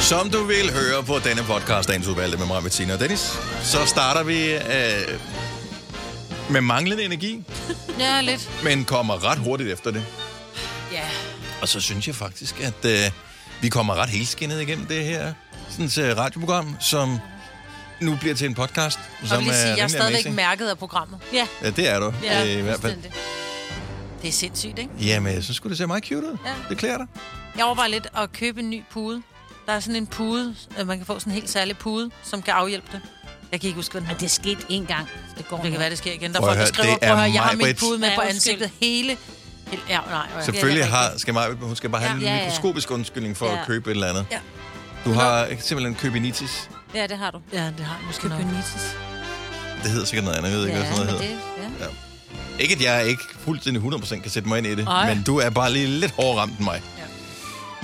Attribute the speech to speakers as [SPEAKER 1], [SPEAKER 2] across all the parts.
[SPEAKER 1] Som du vil høre på denne podcast, dagens udvalgte med mig, Bettina og Dennis, så starter vi øh, med manglende energi,
[SPEAKER 2] Ja, lidt.
[SPEAKER 1] men kommer ret hurtigt efter det.
[SPEAKER 2] Ja.
[SPEAKER 1] Og så synes jeg faktisk, at øh, vi kommer ret helskinnet igennem det her sådan et, øh, radioprogram, som nu bliver til en podcast.
[SPEAKER 2] Og
[SPEAKER 1] Som
[SPEAKER 2] vil lige sige, jeg er
[SPEAKER 1] rimelig
[SPEAKER 2] stadigvæk
[SPEAKER 1] amazing.
[SPEAKER 2] mærket af programmet. Ja,
[SPEAKER 1] Ja, det er du.
[SPEAKER 2] ja
[SPEAKER 1] øh, i hvert fald.
[SPEAKER 2] fuldstændig. Det er sindssygt, ikke?
[SPEAKER 1] Jamen, jeg synes sgu, det ser meget cute ud.
[SPEAKER 2] Ja.
[SPEAKER 1] Det klæder dig.
[SPEAKER 2] Jeg overvejer lidt at købe en ny pude. Der er sådan en pude, øh, man kan få sådan en helt særlig pude, som kan afhjælpe det. Jeg kan ikke huske, hvad den
[SPEAKER 3] Men
[SPEAKER 2] hedder.
[SPEAKER 3] det skete én gang. så Det går
[SPEAKER 2] Det kan
[SPEAKER 3] nok.
[SPEAKER 2] være, det sker igen. Der er
[SPEAKER 1] Prøv at
[SPEAKER 2] folk, der
[SPEAKER 1] høre,
[SPEAKER 2] skriver,
[SPEAKER 1] det
[SPEAKER 2] prøv at
[SPEAKER 1] er
[SPEAKER 2] høre, jeg har
[SPEAKER 1] mig,
[SPEAKER 2] min pude med
[SPEAKER 3] Britt.
[SPEAKER 2] på
[SPEAKER 3] Ja, undskyld.
[SPEAKER 2] ansigtet hele... hele- Ja, nej, nej.
[SPEAKER 1] Selvfølgelig
[SPEAKER 2] det er
[SPEAKER 1] har, skal Maja, hun skal bare have
[SPEAKER 3] Ja.
[SPEAKER 1] en
[SPEAKER 3] Ja, ja.
[SPEAKER 1] mikroskopisk undskyldning for
[SPEAKER 3] Ja.
[SPEAKER 1] at købe et eller andet.
[SPEAKER 2] Ja.
[SPEAKER 1] Du har ikke simpelthen købinitis.
[SPEAKER 3] Ja, det har du.
[SPEAKER 2] rigtigt. Ja, det har jeg måske nok.
[SPEAKER 3] Kypenitis.
[SPEAKER 1] Det hedder sikkert noget andet, jeg ved ikke,
[SPEAKER 3] Ja,
[SPEAKER 1] hvad sådan
[SPEAKER 3] men
[SPEAKER 1] noget hedder.
[SPEAKER 3] det, ja.
[SPEAKER 1] Ikke, at jeg ikke fuldstændig 100% kan sætte mig ind i det,
[SPEAKER 2] Ej.
[SPEAKER 1] men du er bare lige lidt hårdere ramt end mig.
[SPEAKER 2] Ja.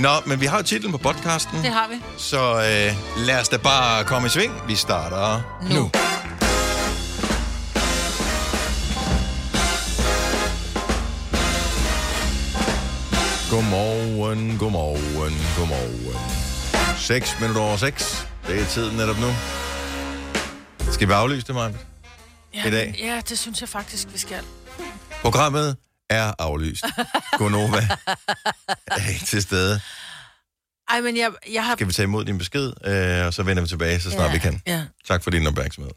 [SPEAKER 1] Nå, men vi har jo titlen på podcasten,
[SPEAKER 2] Det har vi.
[SPEAKER 1] så øh, lad os da bare komme i sving. Vi starter nu.
[SPEAKER 2] Nu.
[SPEAKER 1] nu. Godmorgen, godmorgen, godmorgen. 6 minutter over 6. Det er tiden netop nu. Skal vi aflyse det, Maja?
[SPEAKER 2] Ja,
[SPEAKER 1] I dag.
[SPEAKER 2] Ja, det synes jeg faktisk, vi skal.
[SPEAKER 1] Programmet er aflyst. Gonova er ikke til stede.
[SPEAKER 2] Ej, men jeg, jeg har...
[SPEAKER 1] Skal vi tage imod din besked, øh, og så vender vi tilbage, så snart ja.
[SPEAKER 3] Ja.
[SPEAKER 1] vi kan.
[SPEAKER 2] Ja.
[SPEAKER 1] Tak for din opmærksomhed.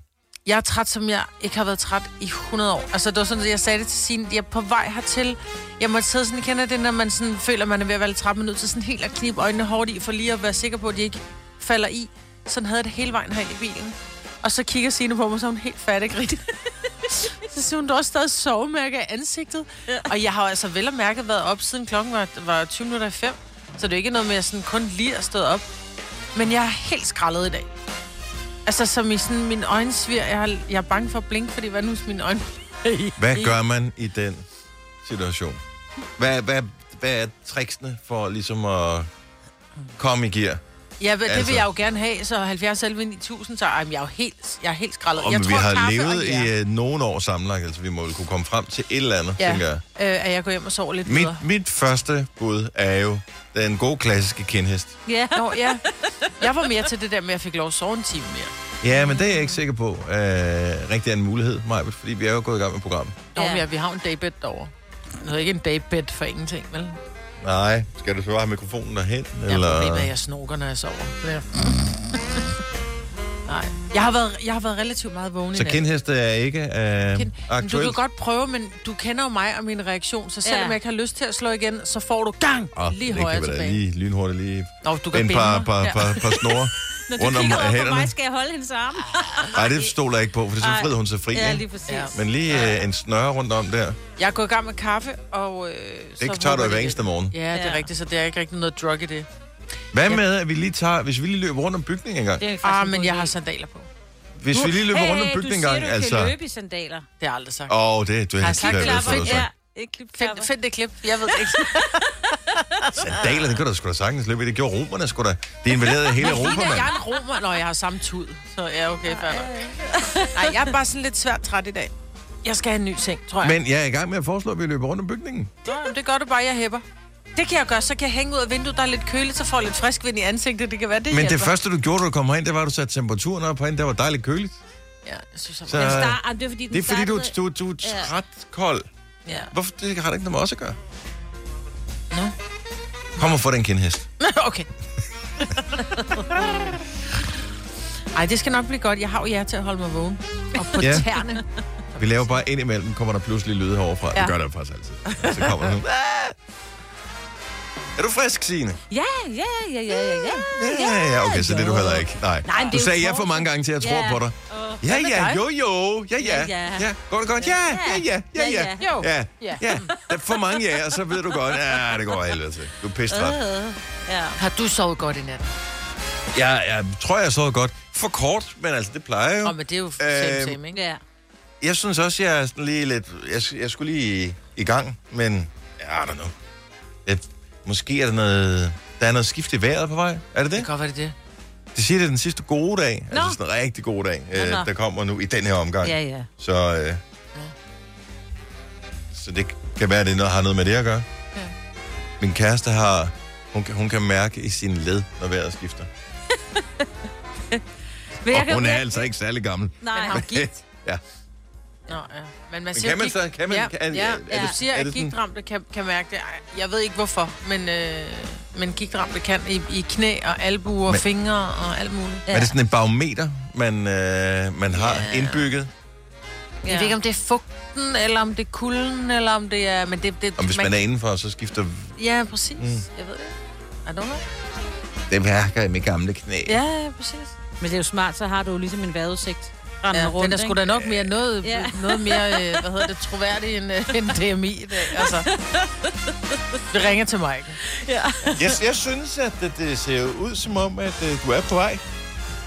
[SPEAKER 2] Jeg er træt, som jeg ikke har været træt i 100 år. Altså, det var sådan, at jeg sagde det til Signe, jeg er på vej hertil. Jeg måtte sidde sådan, kender det, når man sådan føler, man er ved at være lidt træt, men nødt til sådan helt at knibe øjnene hårdt i, for lige at være sikker på, at de ikke falder i. Sådan havde jeg det hele vejen her i bilen. Og så kigger Signe på mig, så er hun helt fattig rigtigt. så siger hun, du har også stadig sovemærke af ansigtet. Ja. Og jeg har jo altså vel og mærke været op, siden klokken var, var 20 minutter i fem. Så det er ikke noget med, at jeg sådan kun lige er stået op. Men jeg er helt skrællet i dag. Altså, som i sådan min øjensvir, jeg, har, jeg er bange for at blinke, fordi hvad nu hvis mine øjne...
[SPEAKER 1] Hvad gør man i den situation? Hvad, hvad, hvad er tricksene for ligesom at komme i gear?
[SPEAKER 2] Ja, men det
[SPEAKER 1] Altså.
[SPEAKER 2] vil jeg jo gerne have, så 70 11 9000, så ej, men jeg er jo helt, jeg er helt skrællet.
[SPEAKER 1] Om
[SPEAKER 2] jeg
[SPEAKER 1] vi har
[SPEAKER 2] kaffe
[SPEAKER 1] levet
[SPEAKER 2] jer,
[SPEAKER 1] i øh, nogle år sammenlagt, altså vi må jo kunne komme frem til et eller andet, ja. tænker jeg.
[SPEAKER 2] ja, øh, at jeg går hjem og sover lidt
[SPEAKER 1] Mit,
[SPEAKER 2] videre.
[SPEAKER 1] mit første bud er jo den gode klassiske kindhest.
[SPEAKER 3] Ja.
[SPEAKER 2] Nå, ja. Jeg var mere til det der med, at jeg fik lov at sove en time mere.
[SPEAKER 1] Ja, men det er jeg ikke sikker på. Øh, rigtig er en mulighed, Majbet, fordi vi er jo gået i gang med programmet.
[SPEAKER 2] Nå,
[SPEAKER 3] Ja.
[SPEAKER 2] ja. men vi har jo en daybed derovre. Nu er ikke en daybed for ingenting, vel?
[SPEAKER 1] Nej, skal du så bare have mikrofonen derhen?
[SPEAKER 2] Eller... Jeg
[SPEAKER 1] eller?
[SPEAKER 2] problemet er, at jeg snorker, når jeg sover. Ja. Nej. Jeg har, været, jeg har været relativt meget vågen i
[SPEAKER 1] Så
[SPEAKER 2] nat.
[SPEAKER 1] kindheste er ikke øh,
[SPEAKER 2] Ken- Men
[SPEAKER 1] aktuelt?
[SPEAKER 2] Du kan godt prøve, men du kender jo mig og min reaktion, så selvom
[SPEAKER 3] Ja.
[SPEAKER 2] jeg ikke har lyst til at slå igen, så får du gang
[SPEAKER 1] Åh,
[SPEAKER 2] oh, lige
[SPEAKER 1] det kan
[SPEAKER 2] højere
[SPEAKER 1] vi da
[SPEAKER 2] tilbage.
[SPEAKER 1] Lige lynhurtigt lige
[SPEAKER 2] Nå, du kan
[SPEAKER 1] en
[SPEAKER 2] binde
[SPEAKER 1] par,
[SPEAKER 2] mig.
[SPEAKER 1] par,
[SPEAKER 2] Ja.
[SPEAKER 1] par, par snore
[SPEAKER 3] Når du
[SPEAKER 1] rundt om
[SPEAKER 3] kigger over på
[SPEAKER 1] hænderne.
[SPEAKER 3] mig, skal jeg holde hendes arme.
[SPEAKER 1] Nej, det stoler jeg ikke på, for det er så
[SPEAKER 3] Ej.
[SPEAKER 1] fred, hun ser fri.
[SPEAKER 3] Ja,
[SPEAKER 1] ikke?
[SPEAKER 3] lige præcis.
[SPEAKER 2] Ja.
[SPEAKER 3] Ja.
[SPEAKER 1] Men lige øh, en snøre rundt om der,
[SPEAKER 2] Jeg er gået i gang med kaffe, og... Øh, så
[SPEAKER 1] det tager
[SPEAKER 2] håber
[SPEAKER 1] du i
[SPEAKER 2] jeg
[SPEAKER 1] hver
[SPEAKER 2] lidt.
[SPEAKER 1] eneste morgen.
[SPEAKER 2] Ja, det er
[SPEAKER 3] Ja.
[SPEAKER 2] rigtigt, så det er ikke rigtig noget drug i det.
[SPEAKER 1] Hvad med, at vi lige tager, hvis vi lige løber rundt om bygningen engang?
[SPEAKER 3] Det er faktisk
[SPEAKER 2] Ah,
[SPEAKER 3] en
[SPEAKER 2] men
[SPEAKER 3] god
[SPEAKER 2] jeg
[SPEAKER 3] idé.
[SPEAKER 2] har sandaler på.
[SPEAKER 1] Hvis vi lige løber
[SPEAKER 3] hey,
[SPEAKER 1] rundt om bygningen engang,
[SPEAKER 3] Du siger, du kan
[SPEAKER 1] altså...
[SPEAKER 3] løbe i sandaler.
[SPEAKER 2] Det har jeg aldrig sagt.
[SPEAKER 1] Åh, det, du har
[SPEAKER 2] jeg sagt,
[SPEAKER 1] helt sikkert
[SPEAKER 2] klapper?
[SPEAKER 1] fået noget
[SPEAKER 3] Ja,
[SPEAKER 1] sagt.
[SPEAKER 3] ikke klipklapper.
[SPEAKER 2] Find, find det klip. Jeg ved ikke.
[SPEAKER 1] Sandaler, det kunne da sgu da sagtens løbe i. Det gjorde romerne sgu da. De invaderede hele Europa,
[SPEAKER 2] Fordi
[SPEAKER 1] mand.
[SPEAKER 2] jeg er en romer. Nå, jeg har samme tud. Så ja, okay, fair nok. Nej, jeg er bare sådan lidt svært træt i dag. Jeg skal have en ny seng, tror jeg. Men...
[SPEAKER 1] Men jeg er i gang med at foreslå, at vi løber rundt om bygningen.
[SPEAKER 2] Nå, det gør du bare, jeg hæpper. Det kan jeg gøre, så kan jeg hænge ud af vinduet, der er lidt køligt, så får jeg lidt frisk vind i ansigtet. Det kan være, det
[SPEAKER 1] Men
[SPEAKER 2] hjælper.
[SPEAKER 1] det første, du gjorde, da du kom herind, det var, at du satte temperaturen op herinde. Det var dejligt køligt.
[SPEAKER 2] Ja, jeg synes, jeg...
[SPEAKER 1] Så,
[SPEAKER 2] var-
[SPEAKER 3] Den star- ah, det er fordi, den
[SPEAKER 1] det er fordi, du,
[SPEAKER 3] startede-
[SPEAKER 1] du, du er
[SPEAKER 3] Ja.
[SPEAKER 1] træt kold.
[SPEAKER 2] ja.
[SPEAKER 1] Hvorfor det har det ikke noget med os at gøre?
[SPEAKER 2] Nå.
[SPEAKER 1] Kom og få den kindhest.
[SPEAKER 2] okay. Ej, det skal nok blive godt. Jeg har jo jer til at holde mig vågen. Og på
[SPEAKER 1] Ja.
[SPEAKER 2] ja. tæerne.
[SPEAKER 1] Vi laver bare ind imellem, kommer der pludselig lyde herovre Ja. Det gør der faktisk altid. Så kommer der sådan, "Ah!" Er du frisk, Signe?
[SPEAKER 3] Ja, ja, ja, ja, ja, ja.
[SPEAKER 1] Ja, ja, okay, så det er du heller ikke. Nej,
[SPEAKER 3] Nej, men det
[SPEAKER 1] du
[SPEAKER 3] er jo
[SPEAKER 1] sagde ja
[SPEAKER 3] sjovt.
[SPEAKER 1] for mange gange til, at jeg tror
[SPEAKER 3] Ja.
[SPEAKER 1] på dig.
[SPEAKER 3] Åh.
[SPEAKER 1] Ja,
[SPEAKER 2] Hvad med
[SPEAKER 1] ja,
[SPEAKER 2] dig?
[SPEAKER 1] jo, jo, ja, ja,
[SPEAKER 3] Ja, ja.
[SPEAKER 1] ja. Går det godt? Ja, ja, ja, ja, ja.
[SPEAKER 3] Ja,
[SPEAKER 2] Jo.
[SPEAKER 1] Ja,
[SPEAKER 2] Ja.
[SPEAKER 1] ja. Der er for mange ja, og så ved du godt, ja, det går af helvede til. Du er pistret.
[SPEAKER 3] Øh, Ja.
[SPEAKER 2] Har du sovet godt i nat?
[SPEAKER 1] Jeg, jeg tror, jeg så godt. For kort, men altså, det plejer jeg jo.
[SPEAKER 2] Åh, men det er jo same,
[SPEAKER 1] Øhm.
[SPEAKER 2] same, ikke?
[SPEAKER 3] Ja.
[SPEAKER 1] Jeg synes også, jeg er sådan lige lidt... Jeg, jeg skulle lige i, i gang, men... Jeg don't know. Jeg, måske er der noget... Der er noget skift i vejret på vej. Er det
[SPEAKER 2] Det
[SPEAKER 1] det?
[SPEAKER 2] kan godt være det er det.
[SPEAKER 1] Det siger, det er den sidste gode dag. Nå.
[SPEAKER 3] Nå.
[SPEAKER 1] Altså sådan en rigtig god dag, øh,
[SPEAKER 3] nå.
[SPEAKER 1] der kommer nu i den her omgang.
[SPEAKER 3] Ja, ja.
[SPEAKER 1] Så, øh, så det kan være, at det er noget, har noget med det at gøre.
[SPEAKER 2] Ja.
[SPEAKER 1] Min kæreste har... Hun, kan- hun kan mærke i sine led, når vejret skifter.
[SPEAKER 3] Men jeg
[SPEAKER 1] Og hun er
[SPEAKER 3] kan...
[SPEAKER 1] altså ikke særlig gammel.
[SPEAKER 2] Men har
[SPEAKER 3] Nej,
[SPEAKER 2] hun gigt?
[SPEAKER 1] Ja.
[SPEAKER 2] Nå, ja. Men man
[SPEAKER 1] Men
[SPEAKER 2] siger,
[SPEAKER 1] kan man
[SPEAKER 2] gigt-
[SPEAKER 1] så- kan man-
[SPEAKER 2] ja,
[SPEAKER 1] kan-
[SPEAKER 2] ja,
[SPEAKER 1] er det-
[SPEAKER 2] ja.
[SPEAKER 1] er
[SPEAKER 2] Jeg
[SPEAKER 1] det-
[SPEAKER 2] siger,
[SPEAKER 1] er
[SPEAKER 2] at
[SPEAKER 1] det sådan-
[SPEAKER 2] gigtramte kan, kan mærke det. Ej, Jeg ved ikke, hvorfor, men, øh, men gigtramte kan i, i knæ og albuer og
[SPEAKER 1] Men-
[SPEAKER 2] fingre og alt muligt.
[SPEAKER 1] Ja. Er det sådan en barometer, man, øh, man har
[SPEAKER 2] Ja.
[SPEAKER 1] indbygget?
[SPEAKER 2] Jeg ved ikke, om det er fugten, eller om det er kulden, eller om det er... Men det, det,
[SPEAKER 1] Og hvis man er indenfor, så skifter
[SPEAKER 2] Ja, præcis. Mm. Jeg ved det. I don't know.
[SPEAKER 1] det værker i mit gamle knæ. Ja.
[SPEAKER 2] Ja, ja, præcis.
[SPEAKER 3] Men det er jo smart, så har du jo ligesom en vejrudsigt.
[SPEAKER 2] Ja,
[SPEAKER 3] Ja, rundt,
[SPEAKER 2] den er sgu da nok mere noget,
[SPEAKER 3] Ja.
[SPEAKER 2] noget mere, øh, hvad hedder det, troværdig end, øh, end DMI i dag. Altså, det ringer til mig.
[SPEAKER 3] Ja.
[SPEAKER 1] Jeg, jeg synes, at det, det ser jo ud som om, at øh, du er på vej.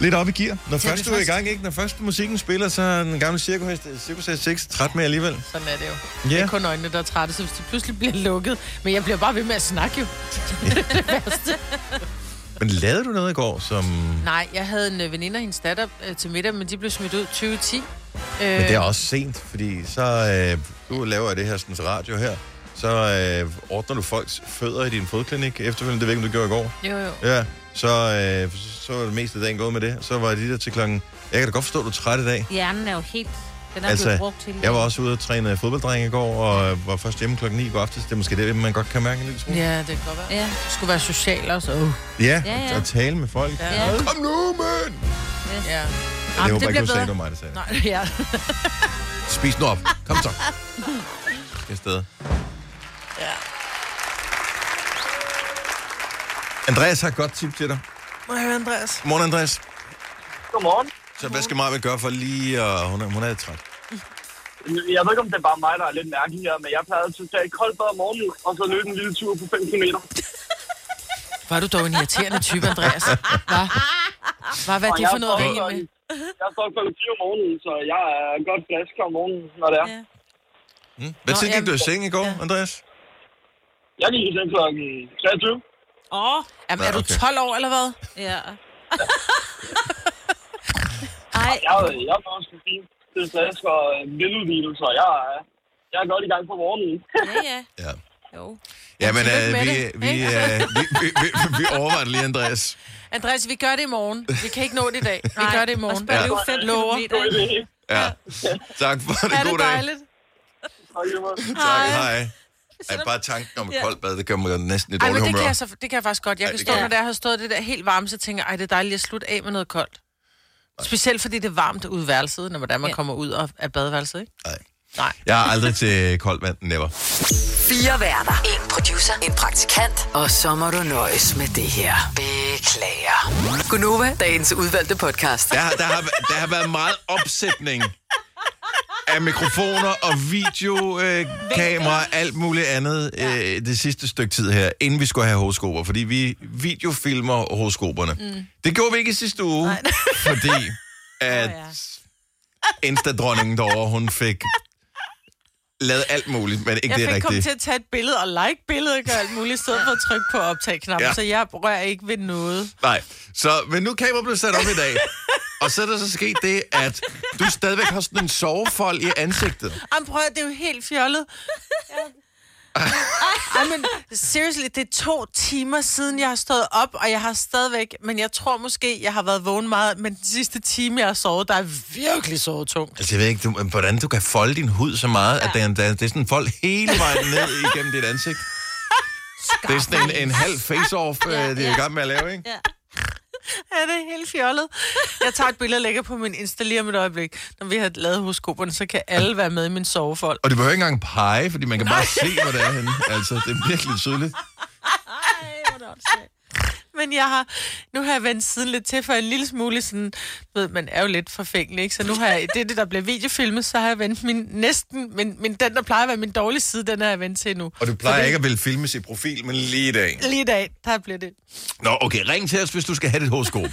[SPEAKER 1] Lidt op i gear. Når
[SPEAKER 2] Til
[SPEAKER 1] først
[SPEAKER 2] det
[SPEAKER 1] du er i
[SPEAKER 2] første.
[SPEAKER 1] gang, ikke? Når først musikken spiller, så er den gamle cirkushest, cirkushest 6 træt med alligevel.
[SPEAKER 2] Sådan er det jo.
[SPEAKER 1] Ja.
[SPEAKER 2] Det er kun øjnene, der er trætte, så hvis de pludselig bliver lukket. Men jeg bliver bare ved med at snakke jo.
[SPEAKER 1] Men lavede du noget i går, som... Men
[SPEAKER 2] Nej, jeg havde en øh, veninde og hendes datter øh, til middag, men de blev smidt ud 2010. Øh,
[SPEAKER 1] det er også sent, fordi så... Øh, du laver jo det her sådan, radio her. Så øh, ordner du folks fødder i din fodklinik efterfølgende. Det ved jeg ikke, om du gjorde i går.
[SPEAKER 2] Jo, jo.
[SPEAKER 1] Ja, så, øh, så var det meste af dagen gået med det. Så var de der til klokken... Jeg kan da godt forstå, at du er træt i dag.
[SPEAKER 3] Hjernen er jo helt... Den er altså, blevet
[SPEAKER 1] Altså,
[SPEAKER 3] brugt til...
[SPEAKER 1] jeg var også ude og træne fodbolddreng i går, og øh, var først hjemme klokken 9 i går aftes. Det er måske det, man godt kan mærke en lille smule.
[SPEAKER 2] Ja, det kan godt være.
[SPEAKER 3] Ja,
[SPEAKER 2] Det skulle være social også. Oh.
[SPEAKER 1] Ja,
[SPEAKER 3] Ja, ja.
[SPEAKER 1] og tale med folk.
[SPEAKER 2] Ja.
[SPEAKER 3] Ja.
[SPEAKER 1] Kom nu, mand!
[SPEAKER 3] yes.
[SPEAKER 2] Ja.
[SPEAKER 1] Jeg
[SPEAKER 2] Jamen,
[SPEAKER 1] håber ikke,
[SPEAKER 2] bliver
[SPEAKER 1] du sagde,
[SPEAKER 2] bedre.
[SPEAKER 1] det var mig, der sagde det.
[SPEAKER 2] Nej, ja.
[SPEAKER 1] Spis nu op. Kom så. Skal afsted.
[SPEAKER 2] ja.
[SPEAKER 1] Andreas har et godt tip til dig.
[SPEAKER 2] Må jeg høre, Andreas?
[SPEAKER 1] Morgen, Andreas.
[SPEAKER 4] Godmorgen.
[SPEAKER 1] Så hvad skal Maja gøre for lige... Og hun, er, hun er lidt træt.
[SPEAKER 4] Jeg ved ikke, om det er bare mig, der er lidt mærkelig her, men jeg plejer altid at tage et koldt bad om morgenen, og så løbe en lille tur på 5 km.
[SPEAKER 2] Var du dog en irriterende type, Andreas? Hvad? Hvad, hvad er
[SPEAKER 4] Og
[SPEAKER 2] det
[SPEAKER 4] jeg
[SPEAKER 2] for noget at
[SPEAKER 4] står
[SPEAKER 2] ringe
[SPEAKER 4] klokken-
[SPEAKER 2] med?
[SPEAKER 4] Jeg står klokken 4 om morgenen, så jeg er godt frisk om morgenen, når det er.
[SPEAKER 3] Ja.
[SPEAKER 1] Hmm? Hvad
[SPEAKER 2] Nå,
[SPEAKER 1] tid gik
[SPEAKER 2] jamen,
[SPEAKER 1] du i seng i går,
[SPEAKER 2] ja.
[SPEAKER 1] Andreas?
[SPEAKER 4] Jeg gik i seng klokken 23.
[SPEAKER 3] Åh,
[SPEAKER 2] Jamen,
[SPEAKER 1] Nå,
[SPEAKER 2] er du
[SPEAKER 1] okay.
[SPEAKER 2] 12 år, eller hvad?
[SPEAKER 3] ja. Ej,
[SPEAKER 4] Jeg, jeg er også fin til frisk og veludvidet, så øh, jeg, er- jeg er godt i gang på morgenen.
[SPEAKER 3] ja, ja.
[SPEAKER 1] Ja.
[SPEAKER 3] Jo.
[SPEAKER 1] Ja, men
[SPEAKER 2] tillykke
[SPEAKER 1] øh,
[SPEAKER 2] med
[SPEAKER 1] vi,
[SPEAKER 2] det,
[SPEAKER 1] vi,
[SPEAKER 2] ikke?
[SPEAKER 1] øh, vi, vi, vi, vi overvejer det lige, Andreas.
[SPEAKER 2] Andreas, vi gør det i morgen. Vi kan ikke nå det i dag. Vi
[SPEAKER 3] Nej,
[SPEAKER 2] gør det i morgen.
[SPEAKER 3] Og spørg nu
[SPEAKER 4] Ja.
[SPEAKER 3] fem
[SPEAKER 2] Lover.
[SPEAKER 4] Det er
[SPEAKER 3] kilometer.
[SPEAKER 4] det ikke.
[SPEAKER 1] Ja. Tak for det.
[SPEAKER 2] Er
[SPEAKER 1] God
[SPEAKER 2] det
[SPEAKER 1] dag.
[SPEAKER 2] dejligt?
[SPEAKER 4] Tak, Emma.
[SPEAKER 1] Tak,
[SPEAKER 3] Hej.
[SPEAKER 1] hej. Ej, bare tanken om et
[SPEAKER 3] Ja.
[SPEAKER 1] koldt bad, det gør mig næsten i
[SPEAKER 2] Ej,
[SPEAKER 1] dårlig
[SPEAKER 2] men det
[SPEAKER 1] humør.
[SPEAKER 2] kan, jeg så, det kan jeg faktisk godt. Jeg
[SPEAKER 1] Ej,
[SPEAKER 2] kan
[SPEAKER 1] det
[SPEAKER 2] stå,
[SPEAKER 1] kan
[SPEAKER 2] når
[SPEAKER 1] jeg.
[SPEAKER 2] der har stået det der helt varme, så tænker jeg, ej, det er dejligt at slutte af med noget koldt. Specielt fordi det er varmt ude i værelset, når hvordan man
[SPEAKER 3] Ja.
[SPEAKER 2] kommer ud af- af badeværelset, ikke?
[SPEAKER 1] Nej.
[SPEAKER 2] Nej.
[SPEAKER 1] Jeg er aldrig til koldt vand, never.
[SPEAKER 5] Fire værter. En producer. En praktikant. Og så må du nøjes med det her. Beklager. Gunova, dagens udvalgte podcast.
[SPEAKER 1] Der, har- der, har, der har været meget opsætning af mikrofoner og videokamera og alt muligt andet øh, det sidste stykke tid her, inden vi skulle have horoskoper, fordi vi videofilmer horoskoperne. Mm. Det gjorde vi ikke i sidste uge, Nej. fordi at
[SPEAKER 3] Åh,
[SPEAKER 1] Insta-dronningen derovre, hun fik lavet alt muligt, men ikke
[SPEAKER 2] Jeg
[SPEAKER 1] det
[SPEAKER 2] fik komme
[SPEAKER 1] rigtige.
[SPEAKER 2] til at tage et billede og like billedet og gøre alt muligt, i stedet for at trykke på optag-knappen,
[SPEAKER 1] Ja.
[SPEAKER 2] ja. så jeg rører ikke ved noget.
[SPEAKER 1] Nej, så, men nu kameraet blev sat op i dag. Og så er der så sket det, at du stadigvæk har sådan en sovefold i ansigtet.
[SPEAKER 2] Jamen prøv at høre, det er jo helt fjollet. Ej, men seriously, det er to timer siden, jeg har stået op, og jeg har stadigvæk, men jeg tror måske, jeg har været vågen meget, men den sidste time, jeg har sovet, der er virkelig sovet tungt.
[SPEAKER 1] Altså, jeg ved ikke, du, hvordan du kan folde din hud så meget, ja. at den, der, det er sådan en fold hele vejen ned igennem dit ansigt. Det er sådan en, en halv face-off, ja, det er i
[SPEAKER 3] ja.
[SPEAKER 1] gang med at lave, ikke?
[SPEAKER 3] Ja.
[SPEAKER 2] Ja, det er helt fjollet. Jeg tager et billede og lægger på min Insta lige om et øjeblik. Når vi har lavet horoskoperne, så kan alle være med i min sovefold.
[SPEAKER 1] Og det behøver ikke engang pege, fordi man kan bare se, hvor det er henne. Altså, det er virkelig tydeligt.
[SPEAKER 3] Ej, hvor er det åndssvagt.
[SPEAKER 2] Men jeg har, nu har jeg vendt siden lidt til for en lille smule sådan, du ved, man er jo lidt forfængelig, ikke? Så nu har jeg, det er det, der bliver videofilmet, så har jeg vendt min næsten, men, men den, der plejer at være min dårlige side, den har jeg vendt til nu.
[SPEAKER 1] Og du plejer ikke at ville filmes i profil, men lige i dag.
[SPEAKER 2] Lige i dag, der bliver det.
[SPEAKER 1] Nå, okay, ring til os, hvis du skal have dit horoskop.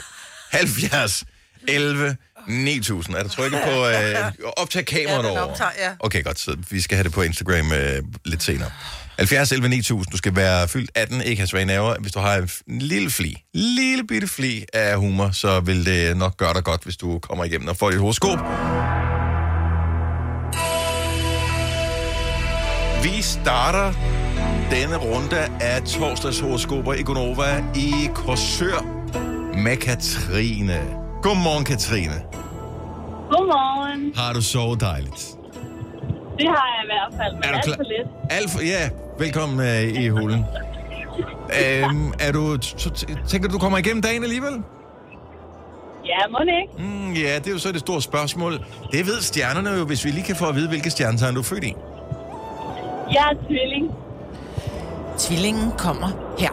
[SPEAKER 1] 70 11 9000. Er der trykket på øh, optag kameraet
[SPEAKER 2] Ja, den
[SPEAKER 1] over?
[SPEAKER 2] optager, ja.
[SPEAKER 1] Okay, godt. Så vi skal have det på Instagram øh, lidt senere. 70 11 9000. Du skal være fyldt 18, ikke have svage naver. Hvis du har en f- en lille fli, lille bitte fli af humor, så vil det nok gøre dig godt, hvis du kommer igennem og får dit horoskop. Vi starter denne runde af torsdagshoroskoper i Gonova i Korsør med Katrine. Godmorgen, Katrine.
[SPEAKER 6] Godmorgen.
[SPEAKER 1] Har du sovet dejligt?
[SPEAKER 6] Det har jeg i hvert fald, men
[SPEAKER 1] Er du
[SPEAKER 6] alt
[SPEAKER 1] klar?
[SPEAKER 6] for lidt.
[SPEAKER 1] Alf, ja, velkommen øh, i hulen. Øhm, er du, t- t- tænker du, du kommer igennem dagen alligevel?
[SPEAKER 6] Ja, må det ikke?
[SPEAKER 1] Mm, ja, det er jo så det store spørgsmål. Det ved stjernerne jo, hvis vi lige kan få at vide, hvilke stjernetegn du er født i.
[SPEAKER 6] Jeg er tvilling.
[SPEAKER 2] Tvillingen kommer her.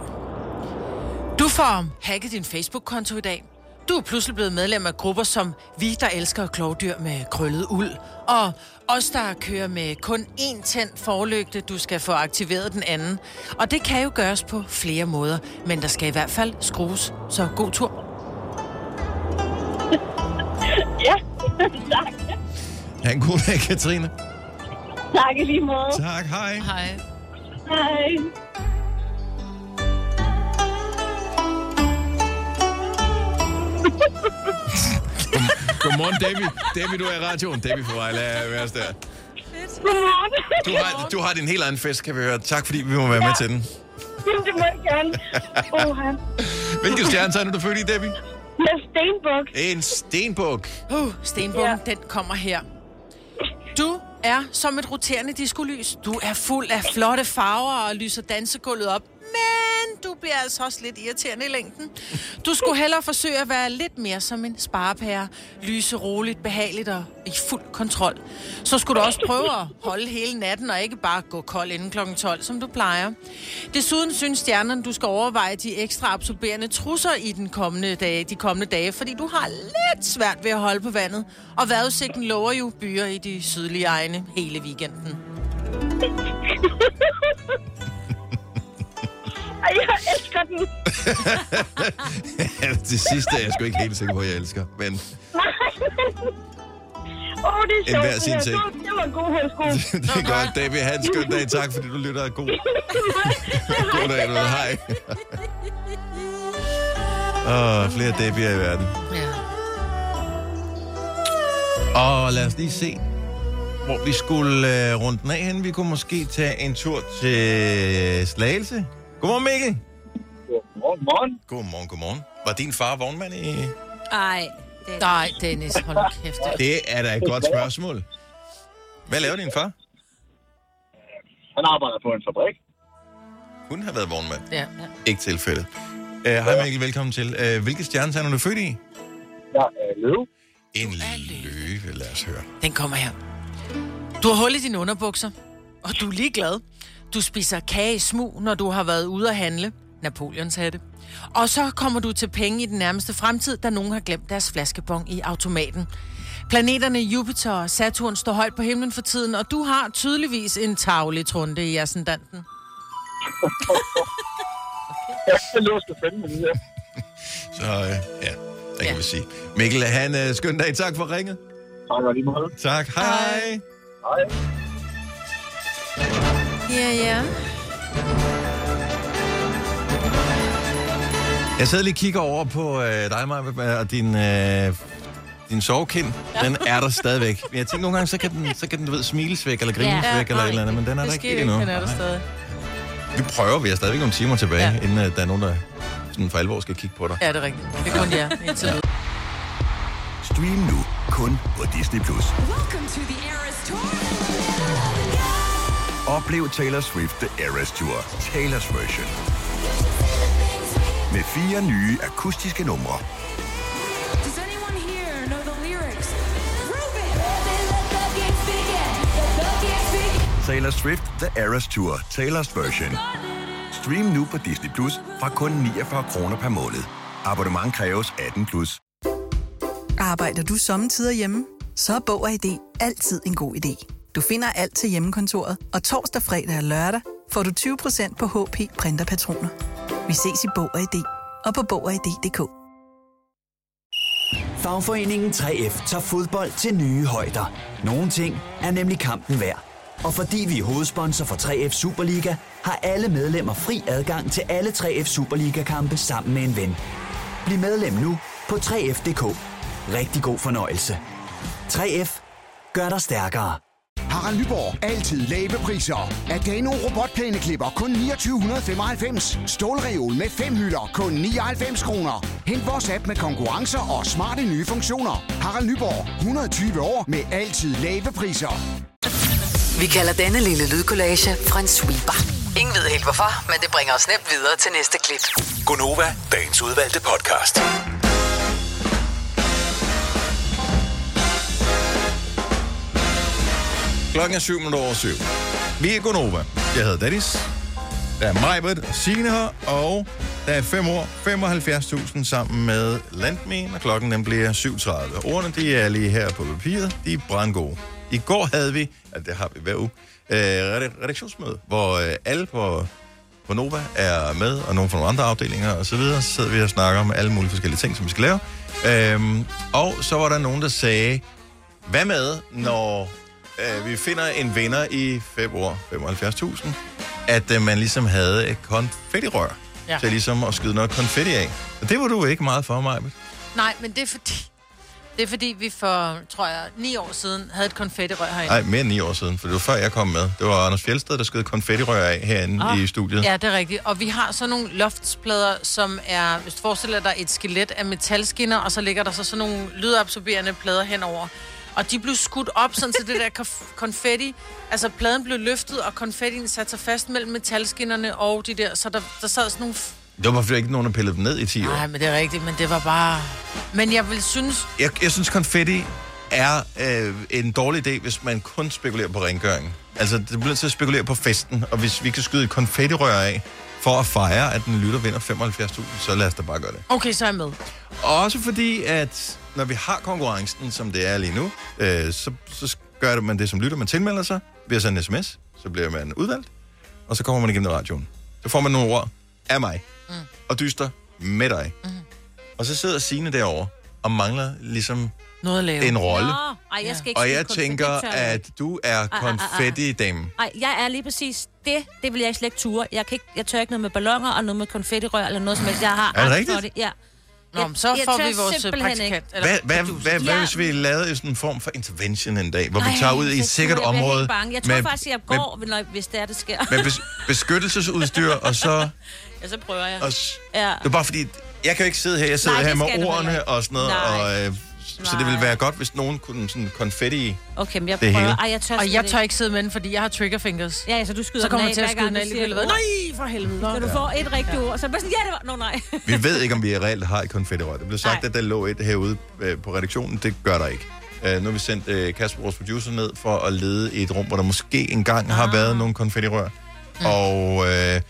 [SPEAKER 2] Du får hacket din Facebook-konto i dag. Du er pludselig blevet medlem af grupper som Vi, der elsker klovdyr med krøllet uld, og os, der kører med kun én tændt forlygte, du skal få aktiveret den anden. Og det kan jo gøres på flere måder, men der skal i hvert fald skrues, så god tur.
[SPEAKER 6] Ja, tak.
[SPEAKER 1] Ha' en god dag, Katrine.
[SPEAKER 6] Tak i lige måde.
[SPEAKER 1] Tak, hej.
[SPEAKER 2] Hej.
[SPEAKER 6] Hej.
[SPEAKER 1] Godmorgen, David. David, du er i radioen. David for Vejle er værst der.
[SPEAKER 6] Godmorgen.
[SPEAKER 1] Du har, du har din helt egen fest, kan vi høre. Tak, fordi vi må være med til den.
[SPEAKER 6] det må jeg gerne. Åh, han.
[SPEAKER 1] Hvilke stjernetegn er du født i, Debbie?
[SPEAKER 6] Jeg er stenbuk.
[SPEAKER 1] En stenbuk.
[SPEAKER 2] Uh, stenbogen,
[SPEAKER 6] Ja.
[SPEAKER 2] ja. den kommer her. Du er som et roterende diskolys. Du er fuld af flotte farver og lyser dansegulvet op. Men du bliver altså også lidt irriterende i længden. Du skulle hellere forsøge at være lidt mere som en sparepære. Lyse roligt, behageligt og i fuld kontrol. Så skulle du også prøve at holde hele natten og ikke bare gå kold inden kl. 12, som du plejer. Desuden synes stjernerne, du skal overveje de ekstra absorberende trusser i den kommende dage, de kommende dage, fordi du har lidt svært ved at holde på vandet. Og vejrudsigten lover jo byer i de sydlige egne hele weekenden.
[SPEAKER 6] Ej, jeg elsker den.
[SPEAKER 1] Ja, det sidste er jeg sgu ikke helt sikker på, at jeg elsker. Men
[SPEAKER 6] Åh, det er
[SPEAKER 1] En
[SPEAKER 6] sjovt.
[SPEAKER 1] hver
[SPEAKER 6] det
[SPEAKER 1] sin
[SPEAKER 6] her. Det
[SPEAKER 1] ting.
[SPEAKER 6] var- Det var en god højskole.
[SPEAKER 1] det er godt. David, have en skøn dag. Tak, fordi du lytter. God, god dag, du. Hej. Åh, flere Debbie'er i verden.
[SPEAKER 2] Ja.
[SPEAKER 1] Og lad os lige se, hvor vi skulle øh, rundt den af hen. Vi kunne måske tage en tur til Slagelse. Godmorgen, Mikkel.
[SPEAKER 4] Godmorgen.
[SPEAKER 1] Godmorgen, godmorgen. Var din far vognmand i...
[SPEAKER 3] Ej. Det er
[SPEAKER 2] Nej, Dennis, hold nu kæft.
[SPEAKER 1] Det er da et godt spørgsmål. Hvad laver din far?
[SPEAKER 4] Han arbejder på en fabrik.
[SPEAKER 1] Hun har været vognmand.
[SPEAKER 2] Ja.
[SPEAKER 1] Ikke tilfældet. Øh, Hej Mikkel, velkommen til. Øh, Hvilke stjernetegn er du født i?
[SPEAKER 4] Jeg er løve.
[SPEAKER 1] En løve, lad os høre.
[SPEAKER 2] Den kommer her. Du har hul i dine underbukser, og du er ligeglad. Du spiser kage i smug, når du har været ude at handle. Napoleons hatte. Og så kommer du til penge i den nærmeste fremtid, da nogen har glemt deres flaskebong i automaten. Planeterne Jupiter og Saturn står højt på himlen for tiden, og du har tydeligvis en tavlig trunde i ascendanten.
[SPEAKER 4] Jeg låste fandme det her.
[SPEAKER 1] Så øh, ja, det kan
[SPEAKER 2] Ja.
[SPEAKER 1] vi sige. Mikkel, han en øh, skøn dag. Tak for ringet.
[SPEAKER 4] Tak og lige måde.
[SPEAKER 1] Tak. Hej. Hej.
[SPEAKER 4] Hej.
[SPEAKER 2] Ja, ja.
[SPEAKER 1] Jeg sidder lige og kigger over på øh, dig, Maja, og din, øh, din sovekind. Den er der stadigvæk. Men jeg tænker nogle gange, så kan den, så kan den du ved, smiles væk, eller grines
[SPEAKER 3] Ja.
[SPEAKER 1] ja, væk, eller et eller andet, men den er der
[SPEAKER 2] Det
[SPEAKER 1] ikke
[SPEAKER 2] sker
[SPEAKER 1] helt
[SPEAKER 2] ikke,
[SPEAKER 1] endnu.
[SPEAKER 2] han er der stadig.
[SPEAKER 1] Vi prøver, vi har stadigvæk nogle timer tilbage, ja.
[SPEAKER 2] Ja.
[SPEAKER 1] inden øh, der er nogen, der sådan for alvor skal kigge på dig.
[SPEAKER 2] Ja, det er rigtigt. Det er kun jer. Indtil videre.
[SPEAKER 7] Stream nu kun på Disney+. Plus. Oplev Taylor Swift The Eras Tour, Taylor's version. Med fire nye akustiske numre. Taylor Swift The Eras Tour, Taylor's version. Stream nu på Disney Plus fra kun 49 kroner per måned. Abonnement kræves 18 plus.
[SPEAKER 8] Arbejder du sommetider hjemme? Så er Bog og ID altid en god idé. Du finder alt til hjemmekontoret, og torsdag, fredag og lørdag får du 20% på HP Printerpatroner. Vi ses i Bog og ID og på Bog og ID.dk.
[SPEAKER 9] Fagforeningen 3F tager fodbold til nye højder. Nogle ting er nemlig kampen værd. Og fordi vi er hovedsponsor for 3F Superliga, har alle medlemmer fri adgang til alle 3F Superliga-kampe sammen med en ven. Bliv medlem nu på 3F.dk. Rigtig god fornøjelse. 3F gør dig stærkere.
[SPEAKER 10] Harald Nyborg. Altid lave priser. Adano robotplæneklipper kun 2995. Stålreol med fem hylder kun 99 kroner. Hent vores app med konkurrencer og smarte nye funktioner. Harald Nyborg. 120 år med altid lave priser.
[SPEAKER 5] Vi kalder denne lille lydkollage Frans sweeper. Ingen ved helt hvorfor, men det bringer os nemt videre til næste klip.
[SPEAKER 11] Gunova, dagens udvalgte podcast.
[SPEAKER 1] Klokken er syv minutter over syv. Vi er Gonova. Jeg hedder Dennis. Der er Majbert og Signe her, og der er 5 år, 75.000 sammen med Landmin, og klokken den bliver 7.30. Ordene, de er lige her på papiret. De er brandgode. I går havde vi, altså det har vi hver uge, øh, reda- redaktionsmøde, hvor øh, alle på, på Nova er med, og nogle fra nogle andre afdelinger og så videre. Så sidder vi og snakker om alle mulige forskellige ting, som vi skal lave. Øhm, og så var der nogen, der sagde, hvad med, når øh, vi finder en vinder i februar 75.000, at øh, man ligesom havde et konfettirør
[SPEAKER 2] Ja.
[SPEAKER 1] ja. til ligesom at skyde noget konfetti af. Og det var du ikke meget for, mig.
[SPEAKER 2] Nej, men det er fordi... Det er fordi, vi for, tror jeg, ni år siden havde et konfettirør herinde.
[SPEAKER 1] Nej, mere end ni år siden, for det var før jeg kom med. Det var Anders Fjeldsted, der skød konfettirør af herinde
[SPEAKER 2] Åh,
[SPEAKER 1] oh. i studiet.
[SPEAKER 2] Ah. Ja, det er rigtigt. Og vi har sådan nogle loftsplader, som er, hvis du forestiller dig et skelet af metalskinner, og så ligger der så sådan nogle lydabsorberende plader henover. Og de blev skudt op, sådan så det der konf- konfetti, altså pladen blev løftet, og konfettien satte sig fast mellem metalskinnerne og de der, så der, der sad sådan nogle... f-
[SPEAKER 1] Det var bare, fordi ikke nogen, der pillede dem ned i 10 år.
[SPEAKER 2] Nej, men det er rigtigt, men det var bare... Men jeg vil synes,
[SPEAKER 1] Jeg, jeg synes, konfetti er øh, en dårlig idé, hvis man kun spekulerer på rengøring. Altså, det bliver nødt til at spekulere på festen, og hvis vi kan skyde et konfettirør af for at fejre, at den lytter vinder 75.000, så lad os da bare gøre det.
[SPEAKER 2] okay, så er jeg med.
[SPEAKER 1] Også fordi, at når vi har konkurrencen, som det er lige nu, øh, så, så gør man det som lytter. Man tilmelder sig, bliver sendt en sms, så bliver man udvalgt, og så kommer man igennem radioen. Så får man nogle ord af mig, mm. og dyster med dig. Mm.
[SPEAKER 3] Mm-hmm.
[SPEAKER 1] Og så sidder Signe derovre og mangler ligesom
[SPEAKER 2] Noget at lave.
[SPEAKER 1] en rolle.
[SPEAKER 3] Nå, ej, jeg skal ikke
[SPEAKER 1] Og
[SPEAKER 3] smide
[SPEAKER 1] jeg
[SPEAKER 3] konfetti
[SPEAKER 1] tænker,
[SPEAKER 3] før.
[SPEAKER 1] at du er
[SPEAKER 3] ah, ah.
[SPEAKER 1] konfetti-dame.
[SPEAKER 3] Ej, jeg er lige præcis det. Det vil jeg slet ikke ture. Jeg, kan ikke, jeg tør ikke noget med ballonger og noget med konfettirør eller noget som helst. Jeg har
[SPEAKER 1] Er
[SPEAKER 3] angst
[SPEAKER 1] det rigtigt?
[SPEAKER 3] For det. Ja.
[SPEAKER 2] Nå, men så får vi vores øh, praktikant,
[SPEAKER 1] Hvad, hvad, hvad, hvad
[SPEAKER 3] Ja.
[SPEAKER 1] hvis vi lavede sådan en form for intervention en dag, hvor vi
[SPEAKER 3] Ej,
[SPEAKER 1] tager ud
[SPEAKER 3] så
[SPEAKER 1] i et
[SPEAKER 3] skulle
[SPEAKER 1] sikkert
[SPEAKER 3] Jeg bliver
[SPEAKER 1] område
[SPEAKER 3] helt bange. Jeg tror faktisk, jeg går, når, hvis det er, det sker.
[SPEAKER 1] med, med bes, beskyttelsesudstyr, og så...
[SPEAKER 3] ja, så prøver jeg.
[SPEAKER 1] Og, s-
[SPEAKER 3] Ja.
[SPEAKER 1] Det er bare fordi, jeg kan jo ikke sidde her. Jeg sidder
[SPEAKER 3] Nej,
[SPEAKER 1] Nej, her
[SPEAKER 3] det
[SPEAKER 1] med
[SPEAKER 3] skal du heller
[SPEAKER 1] ordene
[SPEAKER 3] ikke.
[SPEAKER 1] og sådan noget.
[SPEAKER 3] Nej.
[SPEAKER 1] Og, øh, så det ville være godt, hvis nogen kunne sådan konfetti.
[SPEAKER 3] Okay, men jeg
[SPEAKER 1] Det
[SPEAKER 3] prøver.
[SPEAKER 1] hele.
[SPEAKER 3] Ej, jeg tør
[SPEAKER 2] Og
[SPEAKER 3] slet
[SPEAKER 2] jeg
[SPEAKER 3] ikke.
[SPEAKER 2] tør ikke sidde med den, fordi jeg har trigger fingers.
[SPEAKER 3] Ja, så du skyder
[SPEAKER 2] så kommer
[SPEAKER 3] den
[SPEAKER 2] jeg
[SPEAKER 3] af
[SPEAKER 2] til at
[SPEAKER 3] hver
[SPEAKER 2] skyde
[SPEAKER 3] gang,
[SPEAKER 2] den
[SPEAKER 3] du
[SPEAKER 2] af lige
[SPEAKER 3] siger et ord.
[SPEAKER 2] ved. Nej, for helvede.
[SPEAKER 3] Når du
[SPEAKER 1] Ja.
[SPEAKER 3] får et rigtigt ord, så er det bare sådan, ja, det var... Nå, nej.
[SPEAKER 1] Vi ved ikke, om vi reelt har et konfettirør. Det blev sagt,
[SPEAKER 3] Nej.
[SPEAKER 1] at der lå et herude øh, på redaktionen. Det gør der ikke. Øh, nu har vi sendt øh, Kasper, vores producer, ned for at lede i et rum, hvor der måske engang ah. har været nogle konfettirør. Mm. Og øh,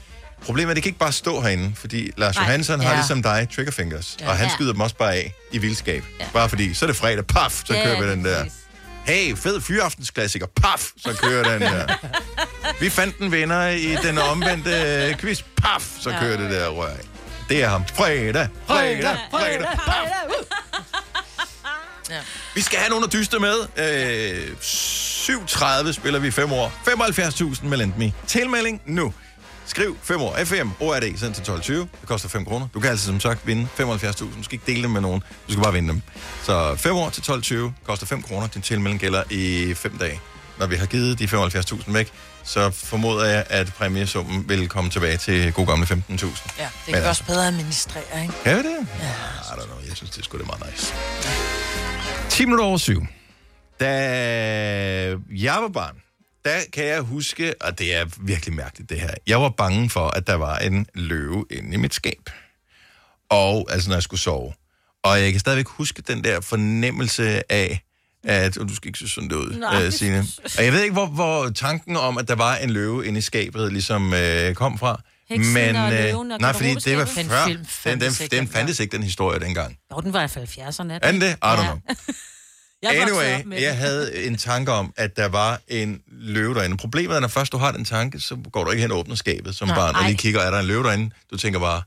[SPEAKER 1] problemet er, at det kan ikke bare stå herinde, fordi Lars
[SPEAKER 7] Nej.
[SPEAKER 1] Johansson har
[SPEAKER 7] Ja.
[SPEAKER 1] ligesom dig triggerfingers,
[SPEAKER 7] Ja.
[SPEAKER 1] og han
[SPEAKER 7] Ja.
[SPEAKER 1] skyder dem også bare af i vildskab. Bare fordi, så er det fredag, paf, så
[SPEAKER 7] Ja,
[SPEAKER 1] kører
[SPEAKER 7] det
[SPEAKER 1] vi
[SPEAKER 7] er
[SPEAKER 1] den der. Hey, fed fyraftensklassiker, paf, så kører den der. Vi fandt en vinder i den omvendte øh, quiz. Paf, så kører det der rør. af. Det er ham. Fredag, fredag, fredag. Vi skal have nogen at dyste med. Øh, 7.30 spiller vi 5 år. 75.000 med Lendme. Tilmelding nu. Skriv 5 år FM ORD send til 12.20. Det koster 5 kroner. Du kan altså som sagt vinde 75.000. Du skal ikke dele dem med nogen. Du skal bare vinde dem. Så 5 år til 12.20 koster 5 kroner. Din tilmelding gælder i 5 dage. Når vi har givet de 75.000 væk, så formoder jeg, at præmiesummen vil komme tilbage til god gamle 15.000.
[SPEAKER 2] Ja, det
[SPEAKER 1] Men
[SPEAKER 2] kan vi
[SPEAKER 1] altså-
[SPEAKER 2] også bedre administrere, ikke?
[SPEAKER 1] Kan vi det? Ja. I don't know. Jeg synes, det er sgu det er meget nice. 10 minutter over syv. Da jeg var barn, der kan jeg huske, og det er virkelig mærkeligt det her, jeg var bange for, at der var en løve inde i mit skab. Og altså, når jeg skulle sove. Og jeg kan stadigvæk huske den der fornemmelse af, at og du skal ikke se sådan der ud,
[SPEAKER 7] Nej.
[SPEAKER 1] øh, Signe. Og jeg ved ikke, hvor, hvor tanken om, at der var en løve inde i skabet, ligesom øh, kom fra.
[SPEAKER 3] Heksen og
[SPEAKER 1] øh,
[SPEAKER 3] løven og
[SPEAKER 1] Nej, fordi det var
[SPEAKER 3] garderobeskabet. Den
[SPEAKER 1] før.
[SPEAKER 3] film
[SPEAKER 1] Den, den,
[SPEAKER 3] fandtes ikke
[SPEAKER 1] den
[SPEAKER 3] dengang.
[SPEAKER 1] fandtes ikke, den historie dengang.
[SPEAKER 3] Nå, den var i 70'erne.
[SPEAKER 1] Er den det? I don't know.
[SPEAKER 3] Jeg voksede op med
[SPEAKER 1] Anyway, jeg
[SPEAKER 3] den.
[SPEAKER 1] havde en tanke om, at der var en løve derinde. Problemet er, når først du har den tanke, så går du ikke hen og åbner skabet som
[SPEAKER 7] Nej.
[SPEAKER 1] barn og
[SPEAKER 7] Ej.
[SPEAKER 1] lige kigger, er der en løve derinde? Du tænker bare,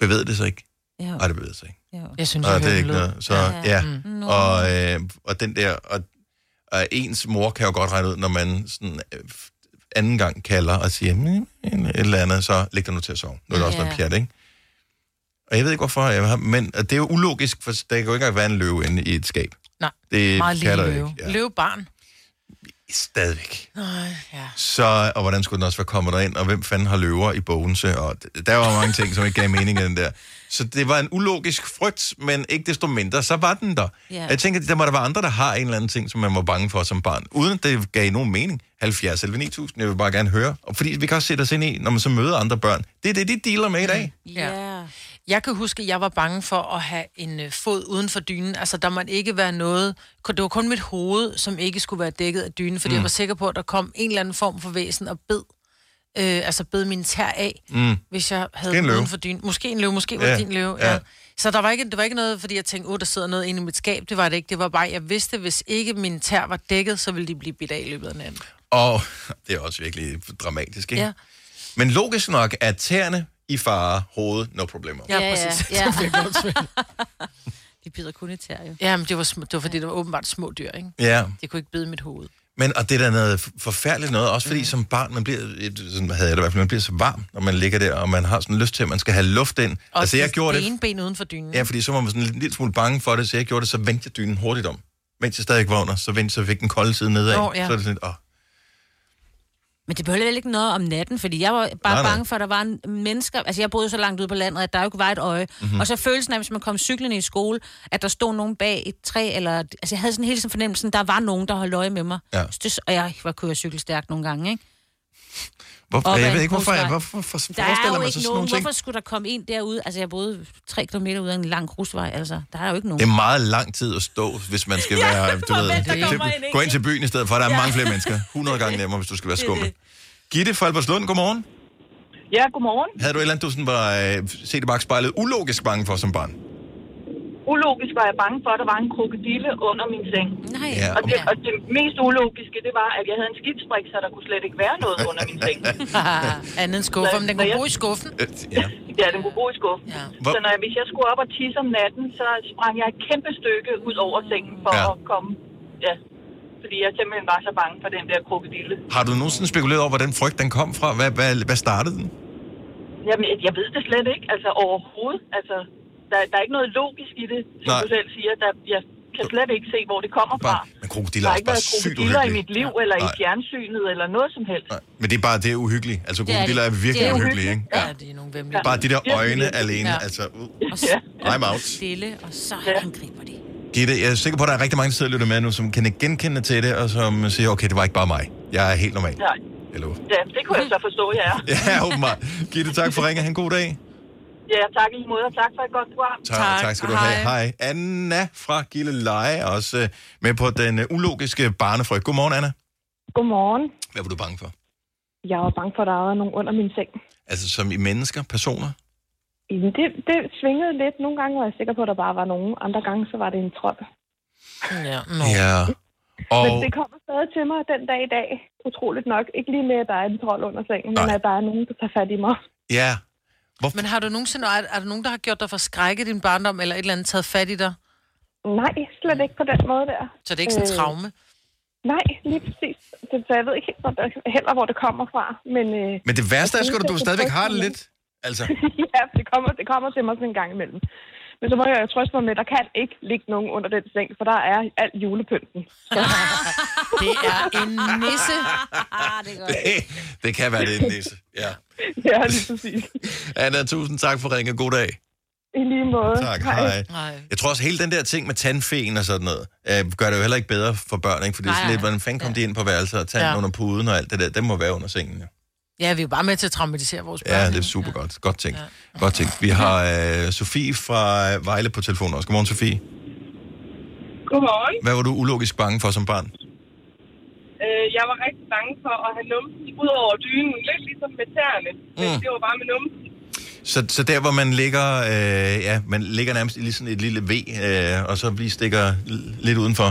[SPEAKER 1] bevæger det sig ikke?
[SPEAKER 2] Jo.
[SPEAKER 1] Nej, det bevæger sig ikke.
[SPEAKER 2] Jeg synes,
[SPEAKER 1] Nå,
[SPEAKER 2] jeg
[SPEAKER 1] Ah, det er
[SPEAKER 2] hører
[SPEAKER 1] ikke
[SPEAKER 2] en lyd.
[SPEAKER 1] noget. Så,
[SPEAKER 2] Ja,
[SPEAKER 1] ja.
[SPEAKER 2] ja.
[SPEAKER 1] ja.
[SPEAKER 2] Mm.
[SPEAKER 1] Mm. Og, øh, og den der, og, og ens mor kan jo godt regne ud, når man sådan øh, anden gang kalder og siger, "Mm, en- et eller andet, så læg dig nu til at sove. Nu er det også
[SPEAKER 7] Ja.
[SPEAKER 1] noget pjat, ikke? Og jeg ved ikke, hvorfor jeg har, men og det er jo ulogisk, for der kan jo ikke engang være en løve inde i et skab.
[SPEAKER 2] Nej,
[SPEAKER 1] Det
[SPEAKER 2] meget
[SPEAKER 1] kan
[SPEAKER 2] lille
[SPEAKER 1] der
[SPEAKER 2] løve.
[SPEAKER 1] ikke,
[SPEAKER 2] Ja. Løvebarn.
[SPEAKER 1] Stadigvæk.
[SPEAKER 2] Nej, ja.
[SPEAKER 1] Så, og hvordan skulle den også være kommet derind, og hvem fanden har løver i Bogense, og d- der var mange ting, som ikke gav mening af den der. Så det var en ulogisk frygt, men ikke desto mindre, så var den der.
[SPEAKER 12] Ja.
[SPEAKER 1] Jeg tænker, der må der være andre, der har en eller anden ting, som man var bange for som barn, uden at det gav nogen mening. 70 eller 9000, jeg vil bare gerne høre. Og fordi vi kan også sætte os ind i, når man så møder andre børn. Det er det, de dealer med i dag.
[SPEAKER 2] Ja. Jeg kan huske, at jeg var bange for at have en øh, fod uden for dynen. Altså, der måtte ikke være noget... kun- Det var kun mit hoved, som ikke skulle være dækket af dynen, fordi mm.
[SPEAKER 13] Mm.
[SPEAKER 2] jeg var sikker på, at der kom en eller anden form for væsen og bed. Øh, altså, bed min tær af,
[SPEAKER 13] Mm.
[SPEAKER 2] mm. hvis jeg havde
[SPEAKER 13] Måske en
[SPEAKER 2] den uden
[SPEAKER 13] løve.
[SPEAKER 2] for dynen. Måske en løve, måske var
[SPEAKER 13] Ja,
[SPEAKER 2] det din løve. Ja.
[SPEAKER 13] ja.
[SPEAKER 2] ja. Så der var ikke, det var ikke noget, fordi jeg tænkte, åh, oh, der sidder noget inde i mit skab. Det var det ikke. Det var bare, jeg vidste, hvis ikke min tær var dækket, så ville de blive bidt af i løbet af natten.
[SPEAKER 1] Og det er også virkelig dramatisk, ikke?
[SPEAKER 2] Ja.
[SPEAKER 1] Men logisk nok er tæerne i fare, hovedet, no problemer.
[SPEAKER 2] Ja, præcis.
[SPEAKER 3] Ja.
[SPEAKER 2] Det er godt
[SPEAKER 3] De bider kun i tær, jo.
[SPEAKER 2] Ja, men det var, sm- det var fordi, det var åbenbart små dyr, ikke?
[SPEAKER 1] Ja.
[SPEAKER 2] De kunne ikke bide mit hoved.
[SPEAKER 1] Men og det er da noget forfærdeligt noget, også fordi mm. som barn, man bliver, et- sådan havde jeg det i hvert fald, man bliver så varm, når man ligger der, og man har sådan lyst til, at man skal have luft ind. Og altså jeg gjorde
[SPEAKER 2] det
[SPEAKER 1] det,
[SPEAKER 2] ene ben uden for dynen.
[SPEAKER 1] ja, fordi så var man sådan en lille smule bange for det, så jeg gjorde det, så vendte jeg dynen hurtigt om. Mens jeg stadig vågner, så vendte så fik den kolde side nedad.
[SPEAKER 3] Nå, ja.
[SPEAKER 1] Så er det sådan, lidt, åh,
[SPEAKER 3] Men det behøver ikke noget om natten, fordi jeg var bare
[SPEAKER 1] Nej,
[SPEAKER 3] nej,
[SPEAKER 1] nej.
[SPEAKER 3] nej. bange for, at der var en mennesker... Altså, jeg boede jo så langt ude på landet, at der jo ikke var et øje.
[SPEAKER 13] Mhm.
[SPEAKER 3] Mm-hmm. Og så følelsen af, hvis man kom cyklerne i skole, at der stod nogen bag et træ, eller... Altså, jeg havde sådan hele tiden fornemmelsen, der var nogen, der holdt øje med mig.
[SPEAKER 1] Ja.
[SPEAKER 3] Så det, og jeg var kører cykelstærkt nogle gange, ikke?
[SPEAKER 1] hvorfor,
[SPEAKER 3] Op ad
[SPEAKER 1] jeg ved
[SPEAKER 3] en
[SPEAKER 1] ikke, hvorfor, jeg,
[SPEAKER 3] grusvej.
[SPEAKER 1] hvorfor for,
[SPEAKER 3] Der er
[SPEAKER 1] forestiller
[SPEAKER 3] jo
[SPEAKER 1] man sig
[SPEAKER 3] ikke
[SPEAKER 1] sådan
[SPEAKER 3] nogen.
[SPEAKER 1] nogle ting?
[SPEAKER 3] Hvorfor skulle der komme en derude? Altså, jeg boede tre kilometer ud af en lang grusvej, altså. Der er jo ikke nogen.
[SPEAKER 1] Det er meget lang tid at stå, hvis man skal
[SPEAKER 3] Ja,
[SPEAKER 1] være, du
[SPEAKER 3] og
[SPEAKER 1] ved,
[SPEAKER 3] vent, der
[SPEAKER 1] til-
[SPEAKER 3] kommer en enkelt.
[SPEAKER 1] gå ind til byen i stedet for, der er
[SPEAKER 14] Ja.
[SPEAKER 1] mange flere mennesker. 100 gange nemmere, hvis du skal være
[SPEAKER 14] Det er
[SPEAKER 1] skummel. Gitte fra Albertslund, godmorgen.
[SPEAKER 14] Ja, godmorgen.
[SPEAKER 1] Havde du et eller andet, du sådan var, øh, set i bagspejlet, ulogisk bange for som barn?
[SPEAKER 14] Ulogisk var jeg bange for, at der var en krokodille under min seng.
[SPEAKER 3] Nej.
[SPEAKER 1] Ja,
[SPEAKER 14] og, det, og det mest ulogiske, det var, at jeg havde en skibsbrik, så der kunne slet ikke være noget under min seng.
[SPEAKER 2] Andet end skuffer, men den kunne bo i skuffen.
[SPEAKER 1] Ja.
[SPEAKER 14] Ja, den kunne bo i skuffen.
[SPEAKER 2] Ja.
[SPEAKER 14] Så når jeg, hvis jeg skulle op og tisse om natten, så sprang jeg et kæmpe stykke ud over sengen for
[SPEAKER 1] Ja.
[SPEAKER 14] ja. at komme. Ja, fordi jeg simpelthen var så bange for den der krokodille.
[SPEAKER 1] Har du nogensinde spekuleret over, hvor den frygt den kom fra? Hvad, hvad, hvad startede den?
[SPEAKER 14] Jamen, jeg ved det slet ikke. Altså, overhovedet. Altså, der, der er ikke noget logisk i det, som
[SPEAKER 1] Nej.
[SPEAKER 14] Nej. du selv siger. Der, jeg kan slet ikke se, hvor det kommer fra.
[SPEAKER 1] Men krokodiller
[SPEAKER 14] Der har
[SPEAKER 1] er også
[SPEAKER 14] ikke
[SPEAKER 1] bare
[SPEAKER 14] været
[SPEAKER 1] sygt
[SPEAKER 14] krokodiller i
[SPEAKER 1] uhyggelige.
[SPEAKER 14] mit liv, eller i
[SPEAKER 1] Nej.
[SPEAKER 14] fjernsynet, eller noget som helst.
[SPEAKER 1] Men det er bare, det er uhyggeligt. Altså,
[SPEAKER 14] Det er
[SPEAKER 1] krokodiller er
[SPEAKER 14] det.
[SPEAKER 1] virkelig
[SPEAKER 14] Det er
[SPEAKER 1] uhyggelige, ikke?
[SPEAKER 14] uhyggeligt.
[SPEAKER 1] Ja.
[SPEAKER 2] Ja, det er nogle vemmelige.
[SPEAKER 1] Bare de der
[SPEAKER 2] Ja.
[SPEAKER 1] øjne alene,
[SPEAKER 2] Ja.
[SPEAKER 1] altså, uh,
[SPEAKER 3] Og så,
[SPEAKER 1] I'm out.
[SPEAKER 3] Stille, og så angriber de.
[SPEAKER 1] Gitte, jeg er sikker på, at der er rigtig mange, der sidder og lytter med nu, som kan ikke genkende til det, og som siger, okay, det var ikke bare mig. Jeg er helt normal.
[SPEAKER 14] Nej.
[SPEAKER 1] Eller,
[SPEAKER 14] Ja, det kunne jeg så forstå, jeg er.
[SPEAKER 1] ja, åbenbart. Gitte, tak for ringet. Ha' en god dag.
[SPEAKER 14] Ja, tak i lige måde, og tak for et godt program.
[SPEAKER 1] Tak, tak, tak skal du have. Hej. Anna fra Gilleleje er også øh, med på den øh, ulogiske barnefrygt. Godmorgen, Anna.
[SPEAKER 6] Godmorgen.
[SPEAKER 1] Hvad var du bange for?
[SPEAKER 6] Jeg var bange for, at der var nogen under min seng.
[SPEAKER 1] Altså, som i mennesker, personer?
[SPEAKER 6] Jamen, Det, det svingede lidt. Nogle gange var jeg sikker på, at der bare var nogen. Andre gange, så var det en trold.
[SPEAKER 2] Ja.
[SPEAKER 1] Ja.
[SPEAKER 6] Og...
[SPEAKER 1] Og...
[SPEAKER 6] Men det kommer stadig til mig den dag i dag. Utroligt nok. Ikke lige med, at der er en trold under sengen, men
[SPEAKER 1] Nej.
[SPEAKER 6] at der er nogen, der tager fat i mig.
[SPEAKER 1] Ja. Hvorfor?
[SPEAKER 2] Men har du nogensinde, er, er der nogen, der har gjort dig for skrække i din barndom, eller et eller andet taget fat i dig?
[SPEAKER 6] Nej, slet ikke på den måde der. Øh,
[SPEAKER 2] Så det er ikke
[SPEAKER 3] Øh.
[SPEAKER 2] sådan et traume?
[SPEAKER 6] Nej, lige præcis. Så så jeg ved ikke helt, hvor det, heller, hvor det kommer fra. Men, øh,
[SPEAKER 1] Men det værste er,
[SPEAKER 6] jeg
[SPEAKER 1] sgu,
[SPEAKER 6] synes,
[SPEAKER 1] at du
[SPEAKER 6] det er
[SPEAKER 1] stadigvæk har det
[SPEAKER 6] frygteligt.
[SPEAKER 1] lidt. Altså,
[SPEAKER 6] ja, det kommer, det kommer til mig sådan en gang imellem. Men så må jeg jo trøste mig med, at der kan ikke ligge nogen under den seng, for der er alt julepynten.
[SPEAKER 2] det er en nisse.
[SPEAKER 1] det, det kan være, det er en nisse. Ja.
[SPEAKER 6] ja, lige præcis.
[SPEAKER 1] Anna, tusind tak for ringen. God dag.
[SPEAKER 6] I lige måde.
[SPEAKER 1] Tak, hej. Jeg tror også, hele den der ting med tandfen og sådan noget, øh, gør det jo heller ikke bedre for børn, ikke? Fordi
[SPEAKER 2] Nej,
[SPEAKER 1] sådan lidt,
[SPEAKER 2] nej.
[SPEAKER 1] hvordan fanden kom de ind på værelset og tanden
[SPEAKER 2] Ja.
[SPEAKER 1] under puden og alt det der, den må være under sengen, ja.
[SPEAKER 2] Ja, vi er jo bare med til at traumatisere vores børn.
[SPEAKER 1] Ja, det er super godt. Godt tænkt. Godt tænkt. Vi har øh, Sofie fra Vejle på telefonen også. Godmorgen, Sofie.
[SPEAKER 15] Godmorgen.
[SPEAKER 1] Hvad var du ulogisk bange for som barn?
[SPEAKER 15] Øh, jeg var rigtig bange for at have numsen ud over dynen, lidt ligesom med tæerne. Men
[SPEAKER 14] Øh,
[SPEAKER 1] Mm.
[SPEAKER 15] det var bare med numsen.
[SPEAKER 1] Så, så der, hvor man ligger, øh, ja, man ligger nærmest i lige sådan et lille V, øh, og så lige stikker l- lidt udenfor.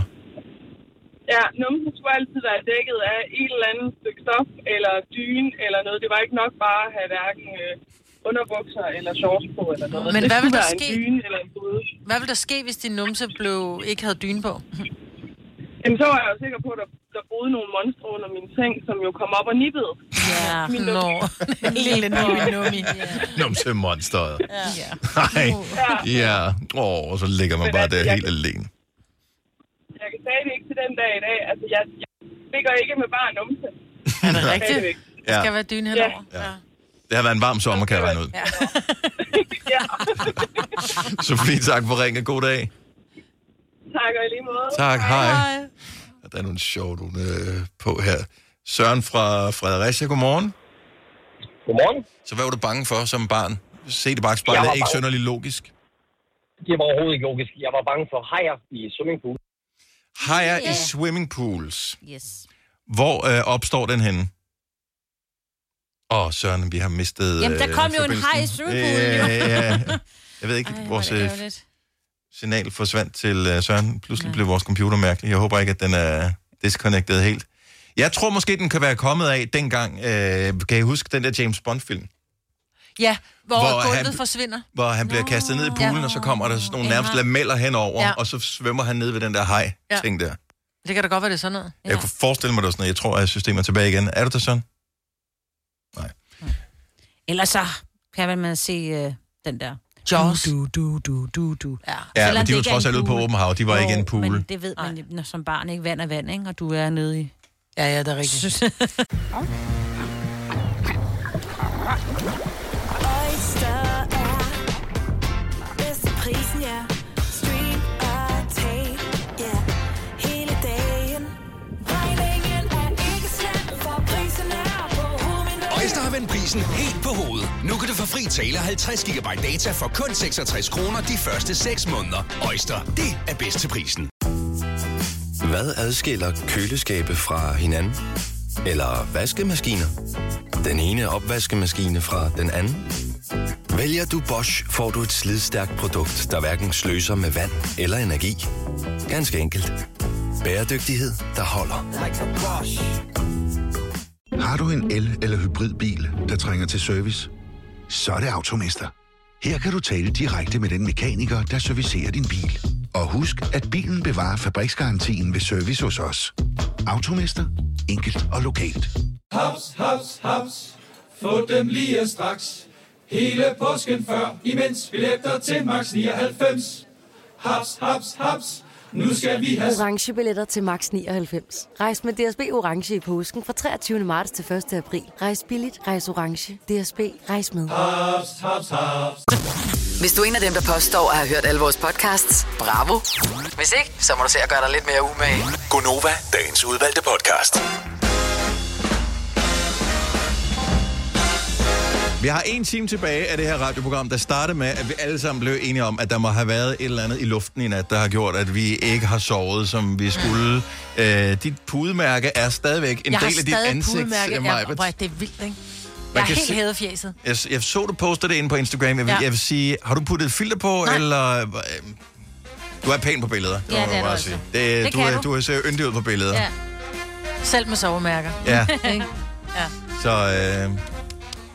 [SPEAKER 15] Ja, numsen skulle altid være dækket af et eller andet stykke stof, eller dyne, eller noget. Det var ikke nok bare at have hverken øh, underbukser eller shorts på, eller noget.
[SPEAKER 2] Men
[SPEAKER 15] det
[SPEAKER 2] hvad vil
[SPEAKER 15] skulle
[SPEAKER 2] der
[SPEAKER 15] være en
[SPEAKER 2] ske?
[SPEAKER 15] dyne eller en pude.
[SPEAKER 2] Hvad ville der ske, hvis din numse blev, ikke havde dyne på?
[SPEAKER 15] Jamen, så var jeg jo sikker på, at der, der boede nogle monstre under min seng, som jo kom op og nippede.
[SPEAKER 2] Ja,
[SPEAKER 15] min
[SPEAKER 2] nå. Lille nummi-nummi.
[SPEAKER 1] Numse monsteret.
[SPEAKER 2] Ja.
[SPEAKER 1] Nej. Ja. Åh, og så ligger man bare der helt alene.
[SPEAKER 15] Jeg kan sige det ikke til den dag i dag. Altså, jeg, jeg ligger ikke med bare numse.
[SPEAKER 2] Er det rigtigt? Der
[SPEAKER 1] Ja.
[SPEAKER 2] skal være dyne henover. Ja. ja.
[SPEAKER 1] Det har været en varm sommer, kan jeg regne ud.
[SPEAKER 2] Ja.
[SPEAKER 1] Sofie, tak for ringen. God dag.
[SPEAKER 15] Tak, og i lige måde.
[SPEAKER 1] Tak, hej. Der er nogle sjove nogle øh, på her. Søren fra Fredericia, godmorgen.
[SPEAKER 12] Godmorgen.
[SPEAKER 1] Så hvad var du bange for som barn? Se det bagspejlet,
[SPEAKER 12] Jeg var
[SPEAKER 1] ikke
[SPEAKER 12] bange.
[SPEAKER 1] synderligt logisk.
[SPEAKER 12] Det var overhovedet ikke logisk. Jeg var bange for hajer i swimmingpool.
[SPEAKER 1] Hajer i swimmingpools.
[SPEAKER 3] Yes.
[SPEAKER 1] Hvor øh, opstår den henne? Åh, oh, Søren, vi har mistet...
[SPEAKER 3] Jamen, der
[SPEAKER 1] øh,
[SPEAKER 3] kom jo en
[SPEAKER 1] forbindelsen.
[SPEAKER 3] haj i swimmingpoolen, jo.
[SPEAKER 1] Ja, ja, ja. Jeg ved ikke, Ej, vores øh, signal forsvandt til øh, Søren. Pludselig blev vores computer mærkelig. Jeg håber ikke, at den er disconnected helt. Jeg tror måske, den kan være kommet af dengang. Øh, kan I huske den der James Bond-film?
[SPEAKER 2] ja, hvor,
[SPEAKER 1] Hvor
[SPEAKER 2] hvor
[SPEAKER 1] han-
[SPEAKER 2] gulvet han... forsvinder.
[SPEAKER 1] Hvor han bliver kastet ned i poolen, ja. og så kommer der sådan nogle
[SPEAKER 2] En
[SPEAKER 1] nærmest
[SPEAKER 2] haj.
[SPEAKER 1] lameller henover,
[SPEAKER 2] Ja.
[SPEAKER 1] ja. og så svømmer han ned ved den der hej-ting der.
[SPEAKER 2] Det kan da godt være, det er sådan noget.
[SPEAKER 1] Ja. Jeg kunne forestille mig, det var sådan noget. Jeg tror, at systemet er tilbage igen. Er du der, Søren?
[SPEAKER 3] Ellers så kan man se øh, den der.
[SPEAKER 2] Jaws.
[SPEAKER 3] Du, du, du, du, du.
[SPEAKER 2] Ja,
[SPEAKER 1] Ja,
[SPEAKER 3] Selvom
[SPEAKER 1] men de
[SPEAKER 3] det
[SPEAKER 1] var
[SPEAKER 3] ikke er
[SPEAKER 1] trods
[SPEAKER 3] en
[SPEAKER 1] alt ude på
[SPEAKER 3] pool.
[SPEAKER 1] åben hav. De var
[SPEAKER 3] Jo,
[SPEAKER 1] ikke i en pool.
[SPEAKER 3] Men det ved man jo, når som barn, ikke? Vand er vand, ikke? Og du er nede i...
[SPEAKER 2] Ja, ja, det er rigtigt.
[SPEAKER 13] Oyster er bedst til prisen, ja. Stream og tag, ja. Hele dagen. Regningen er ikke slem, for prisen er på hovedet.
[SPEAKER 11] Øjster har vendt prisen helt på hovedet. Nu kan du få fri tale 50 GB data for kun 66 kroner de første 6 måneder. Øjster, det er bedst til prisen.
[SPEAKER 16] Hvad adskiller køleskabe fra hinanden? Eller vaskemaskiner? Den ene opvaskemaskine fra den anden? Vælger du Bosch, får du et slidstærkt produkt, der hverken sløser med vand eller energi. Ganske enkelt. Bæredygtighed, der holder.
[SPEAKER 17] Like a boss. Har du en el- eller hybridbil, der trænger til service? Så er det Automester. Her kan du tale direkte med den mekaniker, der servicerer din bil. Og husk, at bilen bevarer fabriksgarantien ved service hos os. Automester. Enkelt og lokalt.
[SPEAKER 18] Haps, haps, haps. Få dem lige straks. Hele påsken før, imens vi læfter til max 99. Haps, haps, haps. Nu skal vi have...
[SPEAKER 19] orange billetter til max 99. Rejs med DSB orange i påsken fra 23. marts til 1. april. Rejs billigt, rejs orange. DSB rejs med.
[SPEAKER 18] Ah, Haps, haps, haps.
[SPEAKER 5] Hvis du er en af dem, der påstår at have hørt alle vores podcasts, bravo. Hvis ikke, så må du se at gøre dig lidt mere umage.
[SPEAKER 11] Gonova, dagens udvalgte podcast.
[SPEAKER 1] Vi har en time tilbage af det her radioprogram, der startede med, at vi alle sammen blev enige om, at der må have været et eller andet i luften i nat, der har gjort, at vi ikke har sovet, som vi skulle. Øh, dit pudemærke er stadigvæk en
[SPEAKER 2] jeg
[SPEAKER 1] del af dit
[SPEAKER 2] stadig
[SPEAKER 1] ansigt,
[SPEAKER 2] pudemærke.
[SPEAKER 1] øh,
[SPEAKER 2] Ja,
[SPEAKER 1] Maj-Brit.
[SPEAKER 2] hvor er det er vildt, ikke? Jeg er
[SPEAKER 1] kan
[SPEAKER 2] helt
[SPEAKER 1] se-
[SPEAKER 2] hæderfjæset.
[SPEAKER 1] Jeg, s- jeg så, du postede det inde på Instagram. Jeg vil,
[SPEAKER 2] Ja.
[SPEAKER 1] ja. jeg vil sige, har du puttet et filter på, Nej. eller... øh, Du er pæn på billeder,
[SPEAKER 2] Ja,
[SPEAKER 1] må
[SPEAKER 2] det
[SPEAKER 1] man
[SPEAKER 2] er du
[SPEAKER 1] bare
[SPEAKER 2] altså.
[SPEAKER 1] sige. Det,
[SPEAKER 2] Det
[SPEAKER 1] du,
[SPEAKER 2] kan
[SPEAKER 1] er,
[SPEAKER 2] du.
[SPEAKER 1] du ser yndig ud på billeder.
[SPEAKER 2] Ja. Selv med sovemærker.
[SPEAKER 1] Ja.
[SPEAKER 2] Ikke? ja.
[SPEAKER 1] Så øh,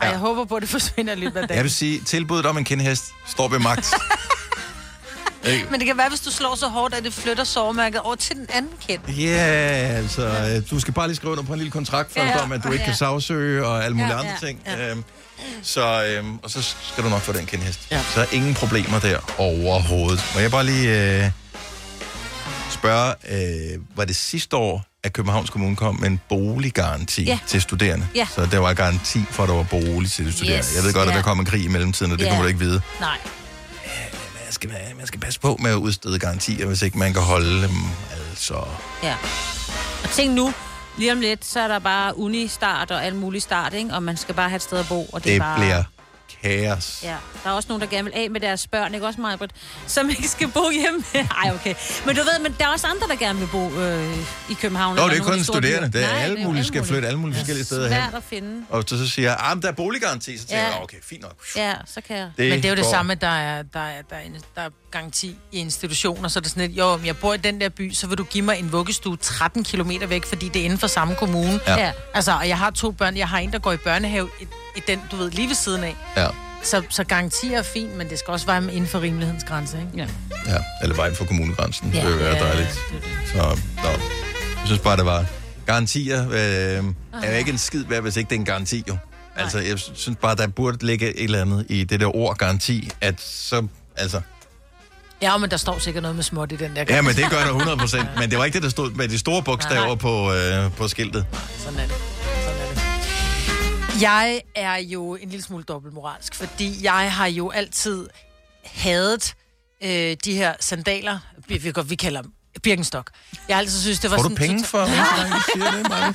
[SPEAKER 2] Og jeg håber på, at det forsvinder i løbet af
[SPEAKER 1] jeg
[SPEAKER 2] dagen.
[SPEAKER 1] vil sige, tilbuddet om en kendhest står ved magt. Ikke?
[SPEAKER 2] Men det kan være, hvis du slår så hårdt, at det flytter sovemærket over til den anden kend.
[SPEAKER 1] Ja, yeah, altså, øh, du skal bare lige skrive under på en lille kontrakt først
[SPEAKER 2] Ja.
[SPEAKER 1] om, at du ikke
[SPEAKER 2] Ja.
[SPEAKER 1] kan sagsøge og alle mulige
[SPEAKER 2] Ja,
[SPEAKER 1] andre
[SPEAKER 2] ja,
[SPEAKER 1] ting. Øhm, så, øhm, og så skal du nok få den kendhest. Ja. Så er ingen problemer der overhovedet. Må jeg bare lige øh, spørge, øh, var det sidste år, at Københavns Kommune kom med en boliggaranti
[SPEAKER 3] Ja.
[SPEAKER 1] til studerende?
[SPEAKER 3] Ja.
[SPEAKER 1] Så der var garanti for, at der var bolig til de studerende.
[SPEAKER 3] Yes,
[SPEAKER 1] Jeg ved godt, at
[SPEAKER 3] ja.
[SPEAKER 1] der kom en krig i mellemtiden, og det
[SPEAKER 3] Ja.
[SPEAKER 1] kunne man ikke vide.
[SPEAKER 3] Nej.
[SPEAKER 1] Man skal, man skal passe på med at udstede garantier, hvis ikke man kan holde dem. Altså...
[SPEAKER 3] Ja. Og tænk nu, lige om lidt, så er der bare uni-start og alt muligt start, ikke? Og man skal bare have et sted at bo, og det,
[SPEAKER 1] Det
[SPEAKER 3] er bare...
[SPEAKER 1] bliver kaos.
[SPEAKER 3] Ja, der er også nogen, der gerne vil af med deres børn, ikke også mig, som ikke skal bo hjemme. Ej, okay. Men du ved, men der er også andre, der gerne vil bo øh, i København.
[SPEAKER 1] Nå,
[SPEAKER 3] eller
[SPEAKER 1] det er ikke
[SPEAKER 3] nogle af
[SPEAKER 1] kun
[SPEAKER 3] de store byer.
[SPEAKER 1] studerende. Det er
[SPEAKER 3] Nej,
[SPEAKER 1] alle
[SPEAKER 3] jo
[SPEAKER 1] mulige, skal flytte alle mulige
[SPEAKER 3] Ja,
[SPEAKER 1] forskellige steder hen.
[SPEAKER 3] Svært at finde.
[SPEAKER 1] Og så, så siger jeg, ah, men der er boliggaranti. Så tænker
[SPEAKER 3] Ja.
[SPEAKER 1] jeg, okay, fint nok.
[SPEAKER 3] Ja, så kan jeg.
[SPEAKER 1] Det
[SPEAKER 2] men det er jo det
[SPEAKER 1] går.
[SPEAKER 2] samme, at der er, der, er, der, er en, der er garanti i institutioner, så er det sådan lidt, jo, om jeg bor i den der by, så vil du give mig en vuggestue 13 km væk, fordi det er inden for samme kommune.
[SPEAKER 1] Ja. Ja.
[SPEAKER 2] Altså, og jeg har to børn, jeg har en, der går i børnehave i, i den, du ved, lige ved siden af.
[SPEAKER 1] Ja.
[SPEAKER 2] Så, så garantier er fint, men det skal også være inden for rimelighedens grænse, ikke?
[SPEAKER 3] Ja.
[SPEAKER 1] ja. Eller vejen for kommunegrænsen.
[SPEAKER 2] Ja.
[SPEAKER 1] Det ville være
[SPEAKER 2] Ja,
[SPEAKER 1] dejligt. Så, nå. Jeg synes bare, det var garantier. Øh, er jo ikke en skid værd, hvis ikke det er en garanti, jo. Altså, jeg synes bare, der burde ligge et eller andet i det der ord garanti, at så, altså,
[SPEAKER 2] Ja, men der står sikkert noget med småt i den der.
[SPEAKER 1] Ja, men det gør der 100%, men det var ikke det, der stod med de store bogstaver på, øh, på skiltet.
[SPEAKER 2] Sådan er det. Sådan er det. Jeg er jo en lille smule dobbeltmoralsk, fordi jeg har jo altid hadet øh, de her sandaler. Vi, vi, vi kalder dem Birkenstock. Jeg har altid synes, det var
[SPEAKER 1] Får du
[SPEAKER 2] sådan...
[SPEAKER 1] penge for, hvor mange siger det, Maja?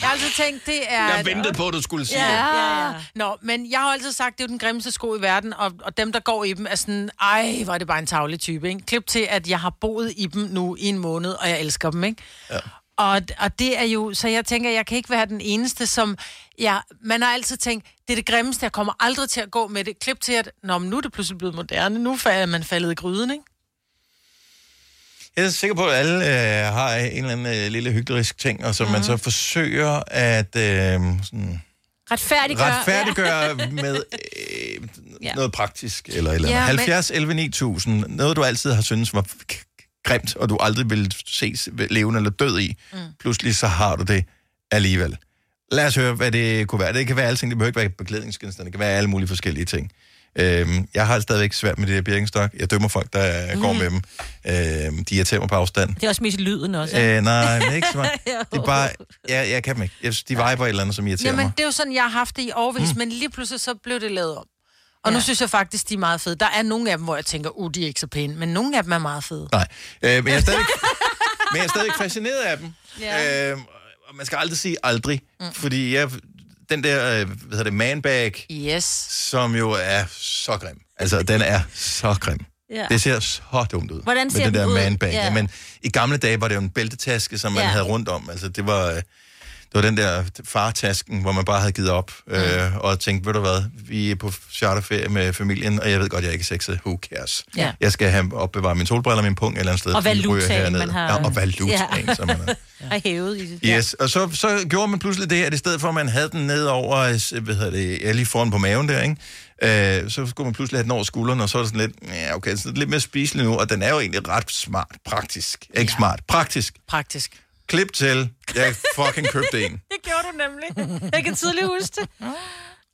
[SPEAKER 2] Jeg har altid tænkt, det er...
[SPEAKER 1] Jeg ventede på, at du skulle sige det.
[SPEAKER 2] Ja, ja, ja. Nå, men jeg har jo altid sagt, det er jo den grimmeste sko i verden, og, og dem, der går i dem, er sådan, ej, hvor er det bare en tavlig type, ikke? Klip til, at jeg har boet i dem nu i en måned, og jeg elsker dem, ikke? Ja. Og, og det er jo, så jeg tænker, jeg kan ikke være den eneste, som, ja, man har altid tænkt, det er det grimmeste, jeg kommer aldrig til at gå med det. Klip til, at Nå, men nu er det pludselig blevet moderne, nu er man faldet i gryden, ikke?
[SPEAKER 1] Jeg er sikker på, at alle øh, har en eller anden øh, lille hyggelig ting, og
[SPEAKER 3] Mhm.
[SPEAKER 1] som mm. man så forsøger at øh, sådan,
[SPEAKER 3] Retfærdiggør.
[SPEAKER 1] retfærdiggøre med øh,
[SPEAKER 3] Ja.
[SPEAKER 1] noget praktisk eller et eller andet.
[SPEAKER 3] Ja,
[SPEAKER 1] Ja,
[SPEAKER 3] men-
[SPEAKER 1] 70, 11, 9000. Noget, du altid har syntes var k- grimt, og du aldrig ville ses levende eller død i. Mm. Pludselig så har du det alligevel. Lad os høre, hvad det kunne være. Det kan være alting. Det behøver ikke være beklædningsgenstande. Det kan være alle mulige forskellige ting. Øhm, jeg har stadigvæk svært med det her birkenstok. Jeg dømmer folk, der mm. går
[SPEAKER 3] Mhm.
[SPEAKER 1] med dem. Øhm, de irriterer mig på afstand.
[SPEAKER 3] Det er også mest lyden også.
[SPEAKER 1] Øh, nej, men ikke så meget. Det er bare... Ja, jeg kan dem ikke. Jeg, de viber et eller andet, som irriterer
[SPEAKER 2] Jamen,
[SPEAKER 1] mig.
[SPEAKER 2] det er jo sådan, jeg har haft det i overvis, mm. men lige pludselig så blev det lavet om. Og ja. nu synes jeg faktisk, de er meget fede. Der er nogle af dem, hvor jeg tænker, uh, de er ikke så pæne, men nogle af dem er meget fede.
[SPEAKER 1] Nej, øh, men, jeg er stadig, men jeg er stadig fascineret af dem. Ja. Øh, og man skal aldrig sige aldrig, mm. fordi jeg, den der, øh, hvad hedder det, manbag,
[SPEAKER 2] Yes.
[SPEAKER 1] som jo er så grim. Altså, den er så grim.
[SPEAKER 3] Ja.
[SPEAKER 1] Ja. Det ser så dumt ud.
[SPEAKER 3] Hvordan ser
[SPEAKER 1] med den
[SPEAKER 3] den
[SPEAKER 1] der
[SPEAKER 3] ud?
[SPEAKER 1] manbag.
[SPEAKER 3] Ja.
[SPEAKER 1] Ja. Men i gamle dage var det jo en bæltetaske, som man
[SPEAKER 3] Ja.
[SPEAKER 1] ja. havde rundt om. Altså, det var, øh, det var den der fartasken, hvor man bare havde givet op
[SPEAKER 3] Mm.
[SPEAKER 1] øh, og tænkt, ved du hvad, vi er på charterferie med familien, og jeg ved godt, jeg er ikke sexet. Who cares?
[SPEAKER 3] Ja.
[SPEAKER 1] Jeg skal have opbevare min solbriller, min pung et eller andet sted.
[SPEAKER 3] Og
[SPEAKER 1] fordi de ryger
[SPEAKER 3] valutaen,
[SPEAKER 1] hernede.
[SPEAKER 3] man har...
[SPEAKER 1] Ja, og valutaen,
[SPEAKER 3] Ja.
[SPEAKER 1] ja. som man har.
[SPEAKER 3] Og hævet i det.
[SPEAKER 1] Yes, og så, så gjorde man pludselig det, at i stedet for, at man havde den ned over, øh, s- hvad hedder det, ja, lige foran på maven der, ikke? Øh, så skulle man pludselig have den over skulderen, og så er det sådan lidt, ja, okay, så er det lidt mere spiselig nu, og den er jo egentlig ret smart, praktisk. Ikke ja. smart, praktisk.
[SPEAKER 2] Praktisk.
[SPEAKER 1] Klip til, jeg fucking købte en. Mm.
[SPEAKER 3] Det gjorde du nemlig. Jeg kan tydeligt huske det.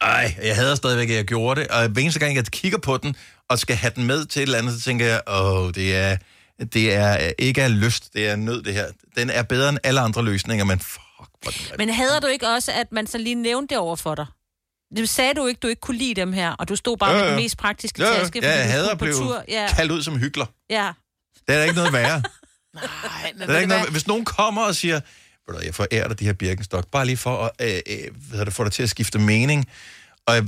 [SPEAKER 1] Ej, jeg hader stadigvæk, at jeg gjorde det, og hver eneste gang, jeg kigger på den, og skal have den med til et eller andet, så tænker jeg, åh, det er, det er øh, ikke af lyst, det er nød, det her. Den er bedre end alle andre løsninger, men
[SPEAKER 3] Men hader du ikke også, at man så lige nævnte det over for dig? Det sagde du ikke, du ikke kunne lide dem her, og du stod bare ja, ja. med den mest praktiske
[SPEAKER 1] Øh. ja, ja.
[SPEAKER 3] taske.
[SPEAKER 1] Ja,
[SPEAKER 3] fordi
[SPEAKER 1] jeg
[SPEAKER 3] du
[SPEAKER 1] hader
[SPEAKER 3] skulle
[SPEAKER 1] at
[SPEAKER 3] på
[SPEAKER 1] blive
[SPEAKER 3] tur. Ja.
[SPEAKER 1] kaldt ud som hyggelig.
[SPEAKER 3] ja.
[SPEAKER 1] Det er da ikke noget værre.
[SPEAKER 2] Nej,
[SPEAKER 1] Det er ikke noget, hvis nogen kommer og siger, "Ved du hvad, jeg forærer dig de her Birkenstock, bare lige for at øh, øh, hvad hedder det, få dig til at skifte mening. Og jeg,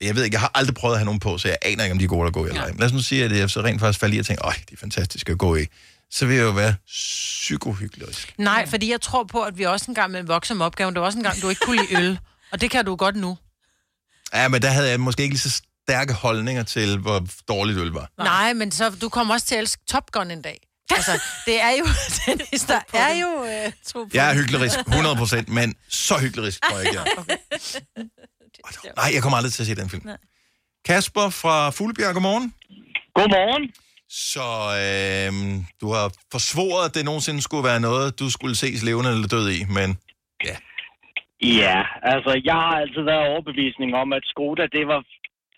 [SPEAKER 1] jeg ved ikke, jeg har aldrig prøvet at have nogen på, så jeg aner ikke, om de er gode at gå i eller ej. Men Lad os nu sige, at jeg så rent faktisk falder i og tænker, at de er fantastiske at gå i. Så vil jeg jo være psykohyggelig.
[SPEAKER 2] Nej, fordi jeg tror på, at vi også engang med en voksen med opgaven, det var også engang, du ikke kunne lide øl. Og det kan du godt nu.
[SPEAKER 1] Ja, men der havde jeg måske ikke lige så stærke holdninger til, hvor dårligt øl var.
[SPEAKER 2] Nej, Nej men så du kommer også til at elske Top Gun en dag. Altså, det er jo, Dennis, der er jo... Øh,
[SPEAKER 1] Jeg er hyggelig 100%, men så hyggelig tror jeg ikke, jeg er. Nej, jeg kommer aldrig til at se den film. Nej. Kasper fra Fuglebjerg, godmorgen. Godmorgen. Så øh, du har forsvoret, at det nogensinde skulle være noget, du skulle ses levende eller død i, men ja.
[SPEAKER 12] Ja, altså jeg har altid været overbevisning om, at Skoda, det var,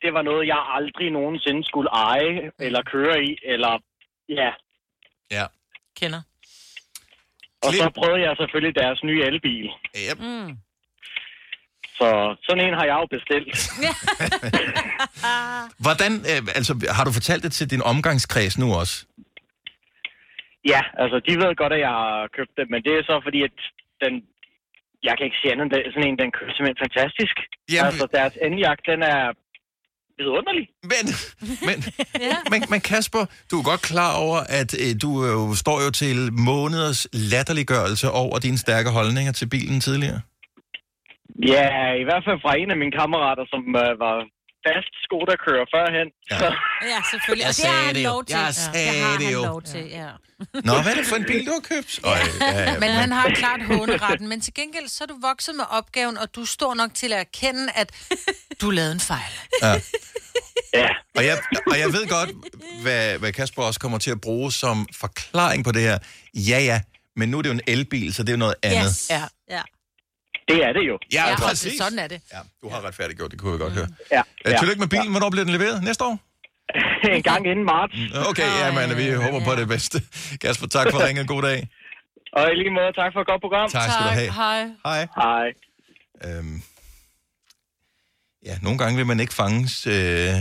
[SPEAKER 12] det var noget, jeg aldrig nogensinde skulle eje, eller køre i, eller ja.
[SPEAKER 1] Ja.
[SPEAKER 2] Kender.
[SPEAKER 12] Og så prøvede jeg selvfølgelig deres nye elbil.
[SPEAKER 1] Yep.
[SPEAKER 3] Mm.
[SPEAKER 12] Så sådan en har jeg jo bestilt.
[SPEAKER 1] Hvordan, øh, altså har du fortalt det til din omgangskreds nu også?
[SPEAKER 12] Ja, altså de ved godt, at jeg har købt den, men det er så fordi, at den, jeg kan ikke sige andet, end det- sådan en, den kører simpelthen fantastisk.
[SPEAKER 1] Jamen-
[SPEAKER 12] Altså deres endjagt, den er vidunderlig.
[SPEAKER 1] Men, men, men, men Kasper, du er godt klar over, at øh, du øh, jo står jo til måneders latterliggørelse over dine stærke holdninger til bilen tidligere.
[SPEAKER 12] Ja, i hvert fald fra en af mine kammerater, som øh, var fast Skoda-kører førhen. Ja. Så,
[SPEAKER 3] Ja, selvfølgelig. og
[SPEAKER 12] Jeg
[SPEAKER 3] det har
[SPEAKER 12] sagde
[SPEAKER 3] han
[SPEAKER 12] det jo.
[SPEAKER 3] lov til.
[SPEAKER 12] Jeg
[SPEAKER 3] Ja,
[SPEAKER 12] sagde
[SPEAKER 3] har
[SPEAKER 12] det
[SPEAKER 3] han
[SPEAKER 12] jo.
[SPEAKER 3] lov til, ja.
[SPEAKER 1] Nå, hvad er det for en bil, du har købt? Øj, ja,
[SPEAKER 2] Men han har klart håneretten. Men til gengæld, så er du vokset med opgaven, og du står nok til at erkende, at du lavede en fejl.
[SPEAKER 1] Ja. Og jeg, og jeg ved godt, hvad, hvad Kasper også kommer til at bruge som forklaring på det her. Ja, ja, men nu er det jo en elbil, så det er jo noget andet.
[SPEAKER 2] Yes. Ja. ja.
[SPEAKER 12] Det er det jo.
[SPEAKER 1] Ja,
[SPEAKER 2] og
[SPEAKER 1] præcis.
[SPEAKER 2] Sådan er det.
[SPEAKER 1] Du har retfærdiggjort, det kunne jeg godt høre.
[SPEAKER 12] Ja.
[SPEAKER 1] Øh, Tillykke med bilen. Hvornår bliver den leveret? Næste år?
[SPEAKER 12] en gang inden marts.
[SPEAKER 1] Okay, ja, men vi håber på det bedste. Kasper, tak for ringen. God dag.
[SPEAKER 12] Og i lige måde, tak for et godt program.
[SPEAKER 1] Tak skal du have.
[SPEAKER 2] Hej.
[SPEAKER 1] Hej.
[SPEAKER 12] Hej.
[SPEAKER 1] Øhm, ja, nogle gange vil man ikke fanges øh,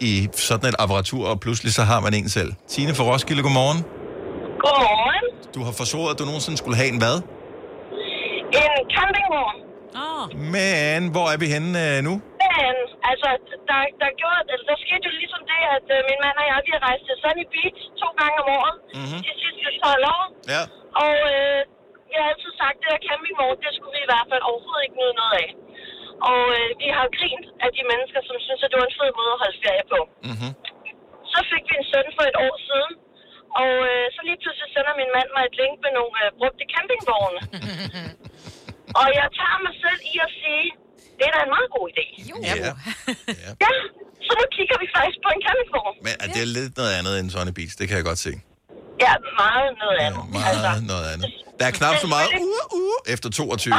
[SPEAKER 1] i sådan et apparatur, og pludselig så har man en selv. Tine fra Roskilde, godmorgen.
[SPEAKER 15] Godmorgen.
[SPEAKER 1] Du har forsvoret, at du nogensinde skulle have en hvad?
[SPEAKER 15] En campingvogn.
[SPEAKER 3] Oh.
[SPEAKER 1] Men hvor er vi henne øh, nu?
[SPEAKER 15] Men, altså, der, der, gjorde, eller, der skete jo ligesom det, at øh, min mand og jeg, vi har rejst til Sunny Beach to gange om året
[SPEAKER 1] Mhm.
[SPEAKER 15] de sidste 12 år.
[SPEAKER 1] Ja.
[SPEAKER 15] Og øh, jeg har altid sagt, at det der campingvogn, det skulle vi i hvert fald overhovedet ikke nyde noget af. Og øh, vi har jo grint af de mennesker, som synes, at det var en fed måde at holde ferie på.
[SPEAKER 1] Mhm.
[SPEAKER 15] Så fik vi en søn for et år siden, og øh, så lige pludselig sender min mand mig et link med nogle øh, brugte campingvogne. og jeg tager mig selv i at sige, det er da en meget god idé. Jo.
[SPEAKER 1] Ja.
[SPEAKER 15] ja, så nu kigger vi faktisk på en campingvogn.
[SPEAKER 1] Men er det er lidt noget andet end Sunny Beach, det kan jeg godt se.
[SPEAKER 15] Ja, meget noget andet.
[SPEAKER 1] Meget altså. noget andet. Der er knap så meget uh, uh, efter 22 øh,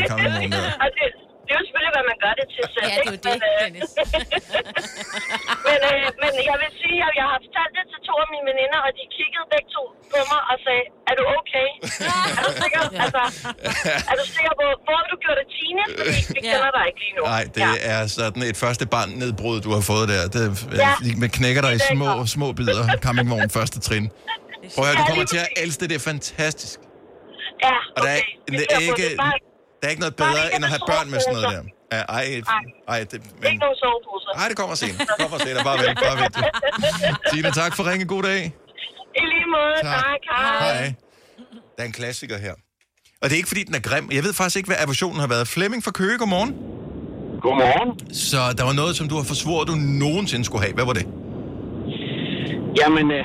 [SPEAKER 1] i kampvognen. der.
[SPEAKER 15] Og det, det er jo selvfølgelig, hvad man gør det til selv. Ja, det er jo det, Dennis. men, øh, men jeg vil sige, at jeg har fortalt det til to af mine veninder, og de kiggede begge to på mig og sagde, er du okay? er du sikker? Altså, er du sikker på, hvor har du gjort af Tine? Fordi vi kender dig ikke lige nu.
[SPEAKER 1] Nej, det er sådan et første barnnedbrud, du har fået der. Det,
[SPEAKER 15] Ja.
[SPEAKER 1] ja. Man knækker dig i
[SPEAKER 15] Det er
[SPEAKER 1] små,
[SPEAKER 15] godt.
[SPEAKER 1] små bidder. Campingvogn første trin. Prøv at høre,
[SPEAKER 15] Ja,
[SPEAKER 1] du kommer
[SPEAKER 15] lige
[SPEAKER 1] til at elske det. Det er fantastisk.
[SPEAKER 15] Ja,
[SPEAKER 1] Og der er,
[SPEAKER 15] vi
[SPEAKER 1] der er
[SPEAKER 15] kører på
[SPEAKER 1] ikke,
[SPEAKER 15] det. Bare-
[SPEAKER 1] der er ikke noget
[SPEAKER 15] bare
[SPEAKER 1] bedre,
[SPEAKER 15] ikke,
[SPEAKER 1] end at
[SPEAKER 15] at
[SPEAKER 1] have
[SPEAKER 15] man
[SPEAKER 1] børn med sådan noget der.
[SPEAKER 15] sover
[SPEAKER 1] Ja, ej,
[SPEAKER 15] Nej.
[SPEAKER 1] ej, det,
[SPEAKER 15] Men...
[SPEAKER 1] men,
[SPEAKER 15] Ikke nogen soveposer.
[SPEAKER 1] ej, det kommer sent. Det kommer sent, og bare vent, bare vent. Tina, tak for ringe. God dag.
[SPEAKER 15] I lige måde,
[SPEAKER 1] Tak.
[SPEAKER 15] tak. Hej.
[SPEAKER 1] Hej. Der er en klassiker her. Og det er ikke, fordi den er grim. Jeg ved faktisk ikke, hvad aversionen har været. Flemming fra Køge, godmorgen. Godmorgen. Så der var noget, som du har forsvoret, du nogensinde skulle have. Hvad var det?
[SPEAKER 12] Jamen, øh,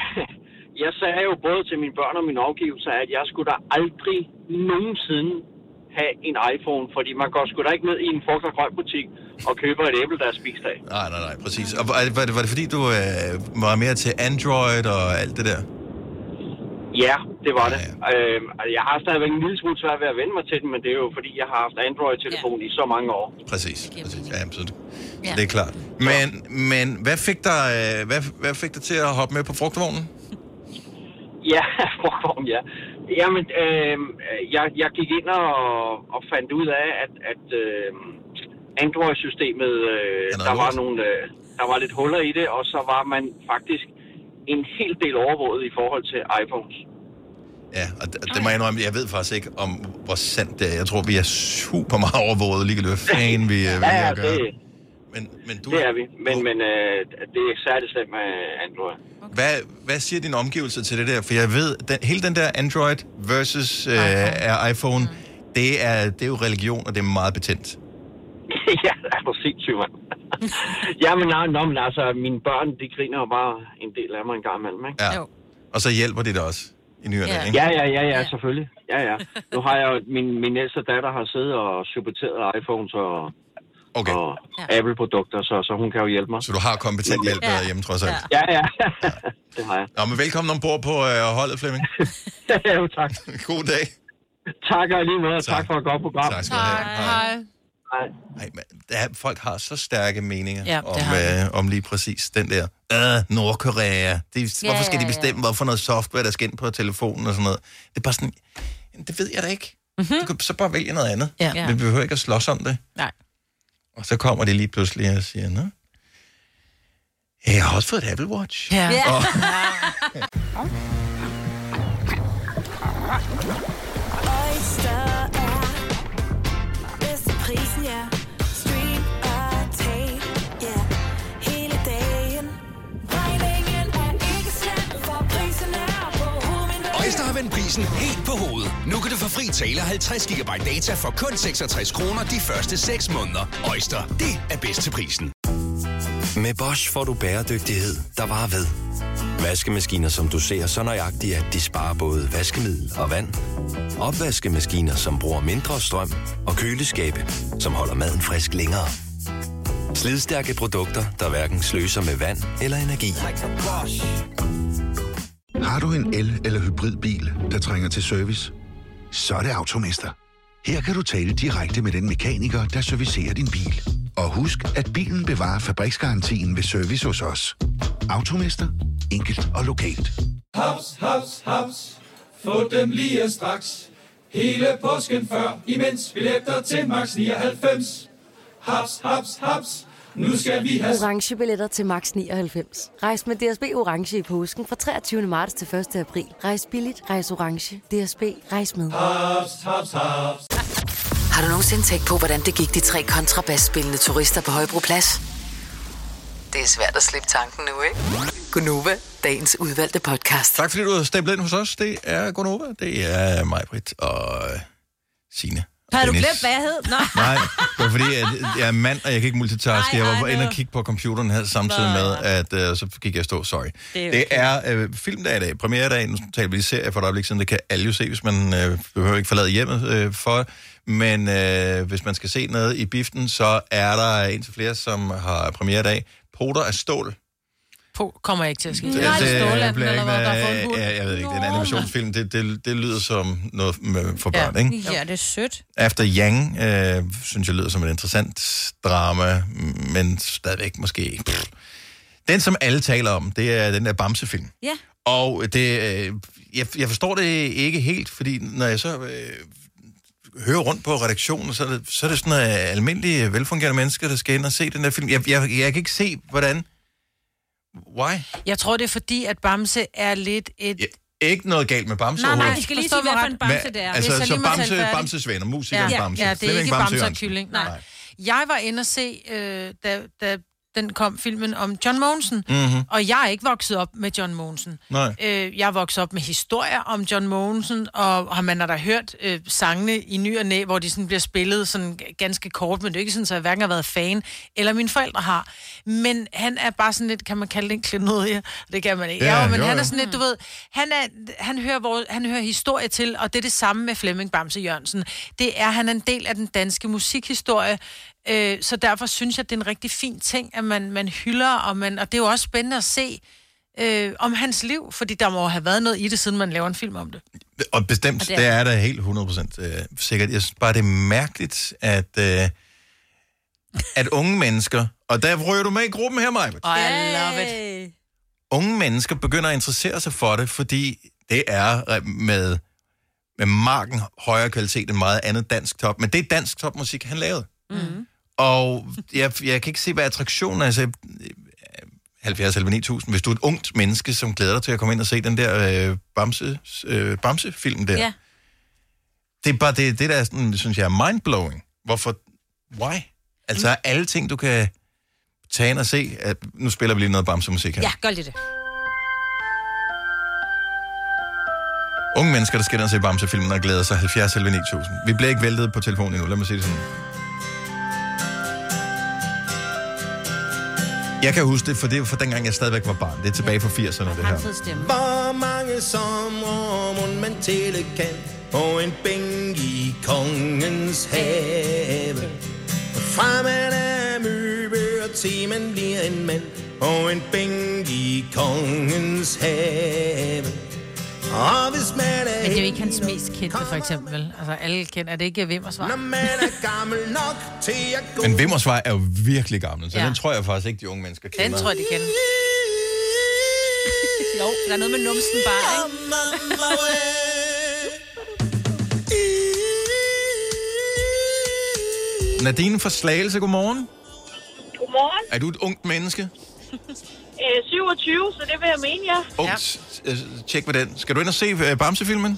[SPEAKER 12] jeg sagde jo både til mine børn og mine omgivelser, at jeg skulle da aldrig nogensinde have en iPhone, fordi man går sgu da ikke ned i en frugt- og grøntbutik og køber et æble, der er spist af.
[SPEAKER 1] Nej, nej, nej, præcis. Og var, var, det, var det fordi, du øh, var mere til Android og alt det der?
[SPEAKER 12] Ja, det var det. Øh, jeg har stadigvæk en lille smule svært ved at vende mig til den, men det er jo fordi, jeg har haft Android-telefon i så mange år.
[SPEAKER 1] Præcis. præcis. Ja, så, det- så det er klart. Men, men hvad, fik dig, øh, hvad, hvad fik dig til at hoppe med på frugtvognen?
[SPEAKER 12] Ja, frugtform, ja. Jamen, øh, jeg, jeg gik ind og, og fandt ud af, at, at øh, Android-systemet, øh, der, var nogle, øh, der var lidt huller i det, og så var man faktisk en hel del overvåget i forhold til iPhones.
[SPEAKER 1] Ja, og det, det må jeg indrømme, jeg ved faktisk ikke, om hvor sandt det er. Jeg tror, vi er super meget overvåget, lige hvad fanden vi, øh, vi
[SPEAKER 12] ja,
[SPEAKER 1] at gøre.
[SPEAKER 12] det,
[SPEAKER 1] men, men du...
[SPEAKER 12] det er vi. Men, men øh, det er særligt slemt med Android.
[SPEAKER 1] Hvad, hvad siger din omgivelse til det der? For jeg ved, den, hele den der Android versus øh, er iPhone,
[SPEAKER 12] Mm.
[SPEAKER 1] det, er, det er jo religion, og det er meget betændt.
[SPEAKER 12] ja, det er du sindssyg, mand. Jamen, nej, nå, men altså, mine børn, de griner jo bare en del af mig en gang imellem, ikke?
[SPEAKER 1] Ja. Og så hjælper det dig også i nyerne,
[SPEAKER 12] Ja.
[SPEAKER 1] ikke?
[SPEAKER 12] Ja, ja, ja, ja, selvfølgelig. Ja, ja. Nu har jeg jo, min, min ældste datter har siddet og supporteret iPhones og,
[SPEAKER 1] okay.
[SPEAKER 12] og Apple-produkter, så, så hun kan jo hjælpe mig.
[SPEAKER 1] Så du har kompetent hjælp
[SPEAKER 12] ja.
[SPEAKER 1] derhjemme, trods alt.
[SPEAKER 12] Ja, ja. det har jeg.
[SPEAKER 1] Nå, men velkommen ombord på øh, holdet, Flemming.
[SPEAKER 12] jo, tak.
[SPEAKER 1] God dag.
[SPEAKER 12] Tak og i lige måde. Tak. tak for et godt program.
[SPEAKER 1] Tak skal du have.
[SPEAKER 2] Hej.
[SPEAKER 1] Ej, men, der, er- folk har så stærke meninger
[SPEAKER 2] Ja,
[SPEAKER 1] ja,
[SPEAKER 2] det
[SPEAKER 1] om,
[SPEAKER 2] har de.
[SPEAKER 1] øh, om lige præcis den der. Øh, Nordkorea. Det,
[SPEAKER 2] Ja,
[SPEAKER 1] ja, hvorfor skal
[SPEAKER 2] ja,
[SPEAKER 1] de bestemme, hvorfor noget software, der skal ind på telefonen og sådan noget? Det er bare sådan, det ved jeg da ikke. Mm-hmm. Du kan så bare vælge noget andet.
[SPEAKER 2] Mhm. Ja. Ja.
[SPEAKER 1] Vi behøver ikke at slås om det.
[SPEAKER 2] Nej.
[SPEAKER 1] Og så kommer det lige pludselig og siger, Nå, jeg har også fået et Apple Watch.
[SPEAKER 2] Ja.
[SPEAKER 1] Og,
[SPEAKER 13] Oyster er bedst til prisen, ja. Stream og tag, ja. Hele dagen. Regningen er ikke slem, for prisen er på hovedet.
[SPEAKER 11] Øjster har vendt prisen helt på hovedet. Nu kan du få fri tale 50 GB data for kun 66 kroner de første 6 måneder. Øjster, det er bedst til prisen.
[SPEAKER 16] Med Bosch får du bæredygtighed, der varer ved. Vaskemaskiner, som du ser så nøjagtigt, at de sparer både vaskemiddel og vand. Opvaskemaskiner, som bruger mindre strøm. Og køleskabe, som holder maden frisk længere. Slidstærke produkter, der hverken sløser med vand eller energi.
[SPEAKER 17] Har du en el- eller hybridbil, der trænger til service? Så er det Automester. Her kan du tale direkte med den mekaniker, der servicerer din bil. Og husk, at bilen bevarer fabriksgarantien ved service hos os. Automester. Enkelt og lokalt.
[SPEAKER 18] Haps, haps, haps. Få dem lige straks. Hele påsken før, imens billetter til max 99. Haps, haps, haps. Nu skal vi have...
[SPEAKER 19] orange billetter til max 99. Rejs med DSB orange i påsken fra 23. marts til 1. april. Rejs billigt, rejs orange. DSB rejs med.
[SPEAKER 18] Haps, haps, haps.
[SPEAKER 5] Har du nogensinde tænkt på, hvordan det gik de tre kontrabasspillende turister på Højbroplads? Det er svært at slippe tanken nu, ikke? Gunova, dagens udvalgte podcast.
[SPEAKER 1] Tak fordi du har stemplet ind hos os. Det er Gunova, det er mig, Britt og øh, Signe. og
[SPEAKER 3] Har du
[SPEAKER 1] Dennis.
[SPEAKER 3] glemt, hvad jeg hed? Nå.
[SPEAKER 1] Nej, det var fordi, at jeg er mand, og jeg kan ikke multitaske. Jeg var inde og kigge på computeren her samtidig med, at øh, så gik jeg i stå. Sorry.
[SPEAKER 3] Det er
[SPEAKER 1] Det er øh, filmdag i dag, premieredag. Nu taler vi lige serie for et øjeblik siden. Det kan alle jo se, hvis man øh, behøver ikke forlade hjemmet øh, for. Men øh, hvis man skal se noget i biften, så er der en til flere, som har premieredag. Poter af stål.
[SPEAKER 3] Mm,
[SPEAKER 2] Po kommer jeg ikke til at ske.
[SPEAKER 1] Det, det bliver ikke, noget- ja, jeg ved ikke, det er en animationsfilm. Det, det, det lyder som noget øh, for børn, ikke?
[SPEAKER 3] Ja, det er sødt.
[SPEAKER 1] After Yang, øh, synes jeg lyder som et interessant drama, men stadigvæk måske... Pff. Den, som alle taler om, det er den der Bamsefilm.
[SPEAKER 3] Ja.
[SPEAKER 1] Og det, øh, jeg, jeg forstår det ikke helt, fordi når jeg så øh, hører rundt på redaktionen, så er, det, så er det sådan nogle almindelige, velfungerende mennesker, der skal ind og se den der film. Jeg, jeg, jeg kan ikke se, hvordan... Why?
[SPEAKER 2] Jeg tror, det er fordi, at Bamse er lidt et... Ja.
[SPEAKER 1] Ikke noget galt med Bamse
[SPEAKER 2] Nej, nej,
[SPEAKER 1] overhovedet.
[SPEAKER 2] de skal lige sige, hvad for en Bamse det er.
[SPEAKER 1] Altså,
[SPEAKER 2] Hvis jeg
[SPEAKER 1] så
[SPEAKER 2] lige må tale
[SPEAKER 1] Bamse,
[SPEAKER 2] færdig.
[SPEAKER 1] Bamses venner, musikeren
[SPEAKER 2] ja.
[SPEAKER 1] Bamse.
[SPEAKER 2] Ja, det er
[SPEAKER 1] Flemming
[SPEAKER 2] ikke Bamse og
[SPEAKER 1] Jørgensen.
[SPEAKER 2] Kylling. Nej. nej. Jeg var inde og se, øh, da, da den kom filmen om John Mogensen,
[SPEAKER 13] Mhm.
[SPEAKER 2] og jeg er ikke vokset op med John Mogensen.
[SPEAKER 13] Nej.
[SPEAKER 2] Øh, jeg er vokset op med historier om John Mogensen, og har man har da hørt øh, sangene i ny og næ, hvor de sådan bliver spillet sådan ganske kort, men det er ikke sådan, så jeg hverken har været fan, eller mine forældre har. Men han er bare sådan lidt, kan man kalde det en klenodie? Det kan man ikke.
[SPEAKER 13] Ja,
[SPEAKER 2] Ja, jo, men
[SPEAKER 13] jo,
[SPEAKER 2] jo, han
[SPEAKER 13] jo.
[SPEAKER 2] er sådan lidt, du ved, han, er, han, hører, hvor, han hører historie til, og det er det samme med Flemming Bamse Jørgensen. Det er, han er en del af den danske musikhistorie, øh, så derfor synes jeg, det er en rigtig fin ting, at man, man hylder, og, man, og det er jo også spændende at se øh, om hans liv, fordi der må have været noget i det, siden man laver en film om det.
[SPEAKER 1] Og bestemt,
[SPEAKER 2] Og
[SPEAKER 1] og
[SPEAKER 2] det
[SPEAKER 1] det,
[SPEAKER 2] er
[SPEAKER 1] det er
[SPEAKER 2] det.
[SPEAKER 1] da helt 100% øh, sikkert. Jeg synes bare, det er mærkeligt, at, øh, at unge mennesker... Og der rører du med i gruppen her, Maja.
[SPEAKER 2] Og I love it.
[SPEAKER 1] Unge mennesker begynder at interessere sig for det, fordi det er øh, med, med marken højere kvalitet end meget andet dansk top. Men det er dansk topmusik, han lavede.
[SPEAKER 13] Mm.
[SPEAKER 1] Og jeg, jeg kan ikke se, hvad attraktionen er. Altså, øh, 70 eller 9000, hvis du er et ungt menneske, som glæder dig til at komme ind og se den der øh, Bamse, øh, Bamse-film der.
[SPEAKER 3] Ja.
[SPEAKER 1] Det er bare det, det der er sådan, synes jeg er mindblowing. Hvorfor? Why? Altså, mm. alle ting, du kan tage ind og se. At, nu spiller vi lige noget Bamse-musik her.
[SPEAKER 3] Ja, gør lige det.
[SPEAKER 1] Unge mennesker, der skal ind og se Bamse-filmen og glæder sig 70 eller 9000. Vi bliver ikke væltet på telefonen endnu, lad mig sige det sådan. Jeg kan huske det, for det er fra dengang, jeg stadigvæk var barn. Det er tilbage fra 80'erne, det her.
[SPEAKER 20] Hvor mange sommer mon man tælle kan på en bænk i kongens have. Fra man er møbe og til man bliver en mand på en bænk i kongens have. Og hvis man er
[SPEAKER 2] Men det er jo ikke hans mest kendte, for eksempel. vel? Altså, alle kender er det ikke Vimmersvar.
[SPEAKER 20] Når man er gammel nok til at gå
[SPEAKER 1] Men Vimmersvej er jo virkelig gammel, så
[SPEAKER 2] Ja.
[SPEAKER 1] ja. den tror jeg faktisk ikke, de unge mennesker kender.
[SPEAKER 2] Den tror jeg, de kender. jo, der er noget med numsen bare,
[SPEAKER 1] Nadine fra Slagelse, godmorgen.
[SPEAKER 14] Godmorgen.
[SPEAKER 1] Er du et ungt menneske?
[SPEAKER 14] Øh, 27, så det vil jeg mene, ja.
[SPEAKER 1] Ungt. Ja. Øh, Tjek med den. Skal du ind og se øh, Bamse-filmen?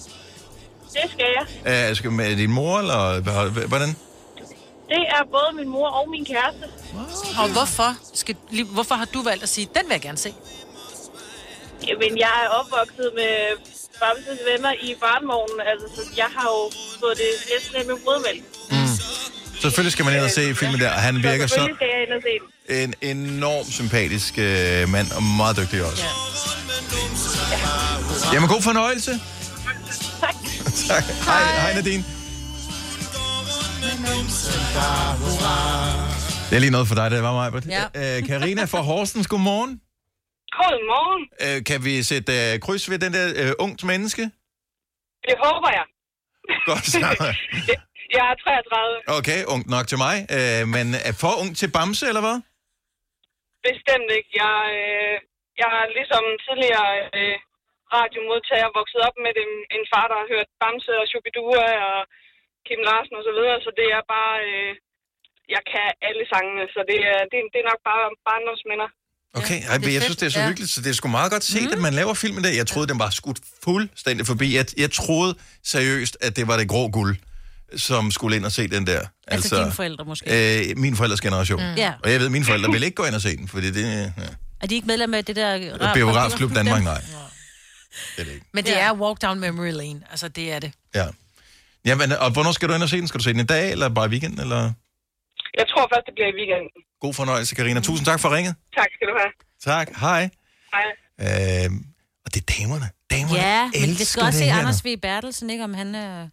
[SPEAKER 14] Det skal jeg.
[SPEAKER 1] Øh, skal med din mor, eller hva- hvordan?
[SPEAKER 14] Det er både min mor og min kæreste.
[SPEAKER 2] Og hvorfor, skal, lige- hvorfor har du valgt at sige, den vil jeg gerne se?
[SPEAKER 14] Jamen, jeg er opvokset med Bamses venner i barnvognen, altså, så jeg har jo fået det næsten ind med brødmælk.
[SPEAKER 1] Selvfølgelig skal man ind og se filmen der, og han virker så
[SPEAKER 14] Selvfølgelig skal jeg ind og se den.
[SPEAKER 1] en enormt sympatisk øh, mand, og meget dygtig også.
[SPEAKER 14] Ja.
[SPEAKER 1] Jamen, god fornøjelse. tak. Hej, hej Nadine. Det er lige noget for dig, det var mig, Britt.
[SPEAKER 13] Ja.
[SPEAKER 1] Øh, Karina fra Horsens, godmorgen.
[SPEAKER 14] Godmorgen.
[SPEAKER 1] Øh, kan vi sætte øh, kryds ved den der øh, ungt menneske?
[SPEAKER 14] Det håber jeg.
[SPEAKER 1] Godt så.
[SPEAKER 14] Jeg er 33.
[SPEAKER 1] Okay, ungt nok til mig. Øh, men er for ung til Bamse, eller hvad?
[SPEAKER 14] Bestemt ikke. Jeg, øh,
[SPEAKER 6] Jeg er ligesom tidligere øh, radiomodtager vokset op med en, en far, der har hørt Bamse og Shubidua og Kim Larsen og så videre, så det er bare... Øh, jeg kan alle sangene, så det er, det, er- det er nok bare barndomsminder.
[SPEAKER 1] Okay, Ej, men jeg synes, det er Mhm. så
[SPEAKER 6] Ja.
[SPEAKER 1] hyggeligt, så det er sgu meget godt set, at man laver film i dag. Jeg troede, den var skudt fuldstændig forbi. Jeg, jeg troede seriøst, at det var det grå guld, som skulle ind og se den der. Altså,
[SPEAKER 3] Altså, dine forældre måske.
[SPEAKER 1] Øh, min forældres generation.
[SPEAKER 3] Mm. Ja.
[SPEAKER 1] Og jeg ved, at mine forældre ville ikke gå ind og se den, fordi det... Ja.
[SPEAKER 3] Er de ikke medlem af det der...
[SPEAKER 1] Biografklub Danmark, nej.
[SPEAKER 2] Men det ja. er Walk Down Memory Lane. Altså, det er det.
[SPEAKER 1] Ja. Jamen, og hvornår skal du ind og se den? Skal du se den i dag, eller bare i weekenden, eller...
[SPEAKER 6] Jeg tror først, det bliver i weekenden.
[SPEAKER 1] God fornøjelse, Karina. Tusind tak for ringet.
[SPEAKER 6] Tak skal du have.
[SPEAKER 1] Tak. Hej.
[SPEAKER 6] Hej.
[SPEAKER 1] Øhm, og det er damerne. Damerne
[SPEAKER 3] Ja, men vi
[SPEAKER 1] elsker
[SPEAKER 3] skal også
[SPEAKER 1] det
[SPEAKER 3] se
[SPEAKER 1] her.
[SPEAKER 3] Anders V. Bertelsen, ikke? Om han... Øh...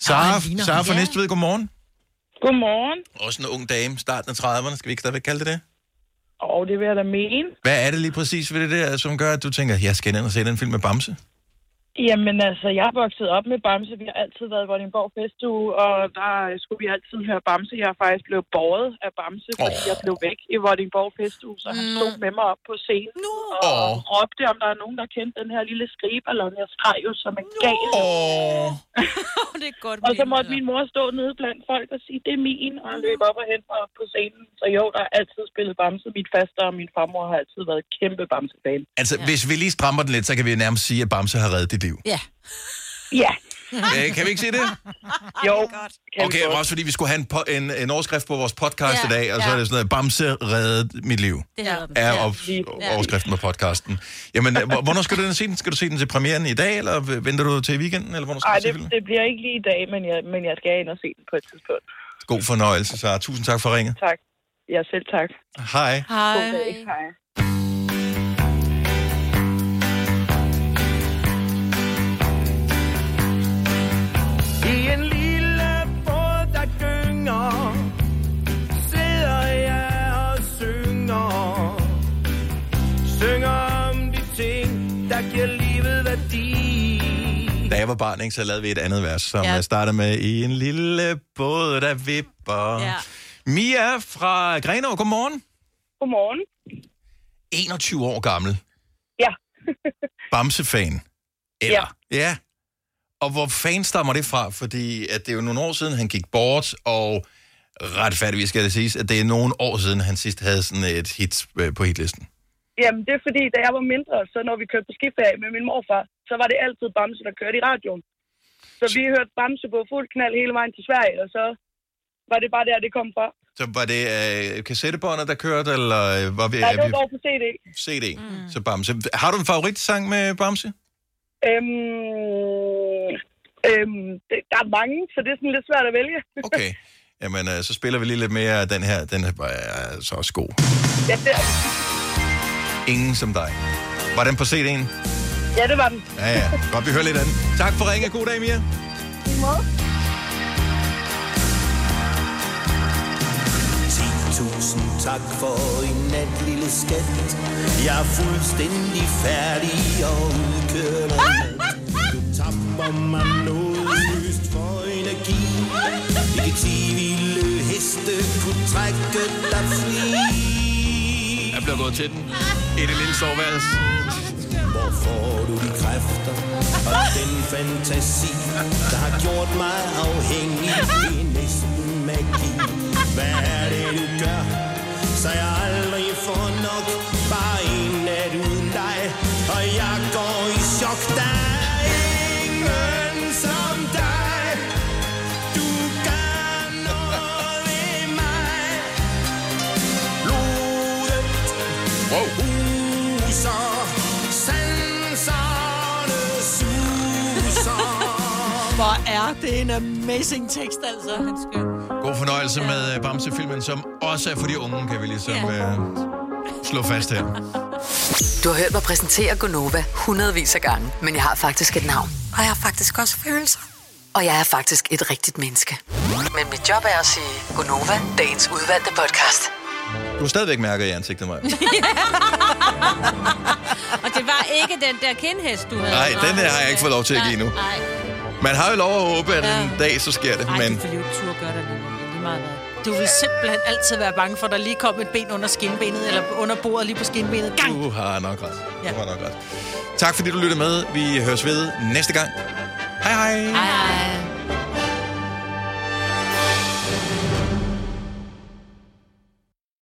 [SPEAKER 1] Sara,
[SPEAKER 3] han ligner
[SPEAKER 1] Sara
[SPEAKER 3] ham.
[SPEAKER 1] fra
[SPEAKER 3] Ja.
[SPEAKER 1] Næstved, godmorgen.
[SPEAKER 14] Godmorgen.
[SPEAKER 1] Også en ung dame, starten af 30'erne. Skal vi ikke stadigvæk kalde det det?
[SPEAKER 14] Og det vil jeg da mene.
[SPEAKER 1] Hvad er det lige præcis ved det der, som gør, at du tænker, jeg skal ind og se den film med Bamse?
[SPEAKER 14] Jamen altså, jeg er vokset op med Bamse. Vi har altid været i Vordingborg Festuge, og der skulle vi altid høre Bamse. Jeg er faktisk blevet båret af Bamse, fordi jeg blev væk i Vordingborg Festuge, så han stod med mig op på scenen no. og
[SPEAKER 1] Åh.
[SPEAKER 14] råbte, om der er nogen, der kendte den her lille skrigeballon. Jeg skreg jo som en gal.
[SPEAKER 1] Oh.
[SPEAKER 3] det er godt
[SPEAKER 14] og så måtte min mor stå nede blandt folk og sige, det er min, og løbe op og hen mig op på scenen. Så jo, der er altid spillet Bamse. Mit faster og min farmor har altid været kæmpe Bamse-fan.
[SPEAKER 1] Altså, ja. hvis vi lige strammer den lidt, så kan vi nærmest sige, at Bamse har reddet dit liv.
[SPEAKER 3] Ja.
[SPEAKER 14] Ja.
[SPEAKER 1] Øh, kan vi ikke sige det?
[SPEAKER 14] Jo.
[SPEAKER 1] Okay, og også fordi vi skulle have en, po- en, en overskrift på vores podcast
[SPEAKER 14] Ja,
[SPEAKER 1] i dag, og så
[SPEAKER 14] ja.
[SPEAKER 1] er det sådan noget, Bamse reddede mit liv.
[SPEAKER 3] Det hedder den.
[SPEAKER 1] er
[SPEAKER 3] Ja.
[SPEAKER 1] op-
[SPEAKER 3] Ja.
[SPEAKER 1] overskriften på podcasten. Jamen, øh, hvor- hvornår skal du den se den? Skal du se den til premieren i dag, eller v- venter du til i weekenden, eller hvornår skal
[SPEAKER 14] Ej,
[SPEAKER 1] du se
[SPEAKER 14] det,
[SPEAKER 1] filmen?
[SPEAKER 14] det bliver ikke lige i dag, men jeg, men jeg skal ind og se den på et tidspunkt.
[SPEAKER 1] God fornøjelse, Sara. Tusind tak for ringet.
[SPEAKER 14] Tak. Ja, selv tak.
[SPEAKER 1] Hej.
[SPEAKER 14] Hej. Hej.
[SPEAKER 21] I en lille båd, der gynger, sidder jeg og synger. Synger om de ting, der giver livet værdi.
[SPEAKER 1] Da jeg var barn, ikke, så lavede vi et andet vers, som
[SPEAKER 21] Ja.
[SPEAKER 1] ja. startede med I en lille båd, der vipper. Ja. Mia fra Grenaa, godmorgen.
[SPEAKER 14] Godmorgen.
[SPEAKER 1] 21 år gammel.
[SPEAKER 14] Ja.
[SPEAKER 1] Bamsefan. Eller? Ja. ja. Og hvor fan stammer det fra? Fordi at det er jo nogle år siden, han gik bort, og retfærdigvis skal det siges, at det er nogle år siden, han sidst havde sådan et hit øh, på hitlisten.
[SPEAKER 14] Jamen, det er fordi, da jeg var mindre, så når vi kørte på skiferie med min morfar, så var det altid Bamse, der kørte i radioen. Så vi hørte Bamse på fuld knald hele vejen til Sverige, og så var det bare der, det kom fra.
[SPEAKER 1] Så var det øh, kassettebåndet, der kørte, eller øh, var vi,
[SPEAKER 14] Nej, det
[SPEAKER 1] er vi
[SPEAKER 14] var over på CD.
[SPEAKER 1] CD? Mm. Så Bamse. Har du en favoritsang med Bamse?
[SPEAKER 14] Øhm, øhm, det, der er mange, så det er sådan lidt svært at vælge.
[SPEAKER 1] Okay. Jamen, øh, så spiller vi lige lidt mere af den her. Den er bare øh, så også god.
[SPEAKER 14] ja, det,
[SPEAKER 1] Ingen som dig. Var den på CD'en?
[SPEAKER 14] ja, det var den.
[SPEAKER 1] Ja, ja. Godt, vi hører lidt af den. Tak for ringen. God dag, Mia.
[SPEAKER 14] I måde.
[SPEAKER 20] 10.000 tak for en nat, lille skat. Jeg er fuldstændig færdig og udkørt. af nat. Du tapper mig noget løst for energi. Ikke ti vilde heste kunne trække dig fri.
[SPEAKER 1] Jeg bliver gået til den. I det lille soveværelse.
[SPEAKER 20] Hvor får du de kræfter og den fantasi, der har gjort mig afhængig? Det er næsten magi. Hvad er det, du gør, så jeg aldrig får nok? Bare en nat uden dig, og jeg går i chok. Der er ingen som dig. Du gør noget ved mig. Blodet
[SPEAKER 1] wow.
[SPEAKER 20] huser, sanserne suser.
[SPEAKER 2] Hvor er det en amazing tekst, altså. Han skal...
[SPEAKER 1] God fornøjelse med øh, Bamse-filmen, som også er for de unge, kan vi ligesom øh, slå fast her.
[SPEAKER 5] Du har hørt mig præsentere Gonova hundredvis af gange, men jeg har faktisk et navn. Og jeg har faktisk også følelser. Og jeg er faktisk et rigtigt menneske. Men mit job er at sige Gonova, dagens udvalgte podcast.
[SPEAKER 1] Du har stadigvæk mærket i ansigtet, mig.
[SPEAKER 3] Og det var ikke den der kindhest, du havde.
[SPEAKER 1] Nej, den der har jeg ikke fået lov til at give endnu.
[SPEAKER 3] Nej,
[SPEAKER 1] Man har jo lov at håbe, at en dag så sker det,
[SPEAKER 3] Ej,
[SPEAKER 1] men...
[SPEAKER 3] du får lige tur gør det alligevel. Det er meget værd.
[SPEAKER 2] Du vil simpelthen altid være bange for, at der lige kom et ben under skinbenet, eller under bordet lige på skinbenet. Gang!
[SPEAKER 1] Du har nok ret.
[SPEAKER 2] Ja.
[SPEAKER 1] Du har nok ret. Tak fordi du lyttede med. Vi høres ved næste gang. Hej hej.
[SPEAKER 2] Hej, hej.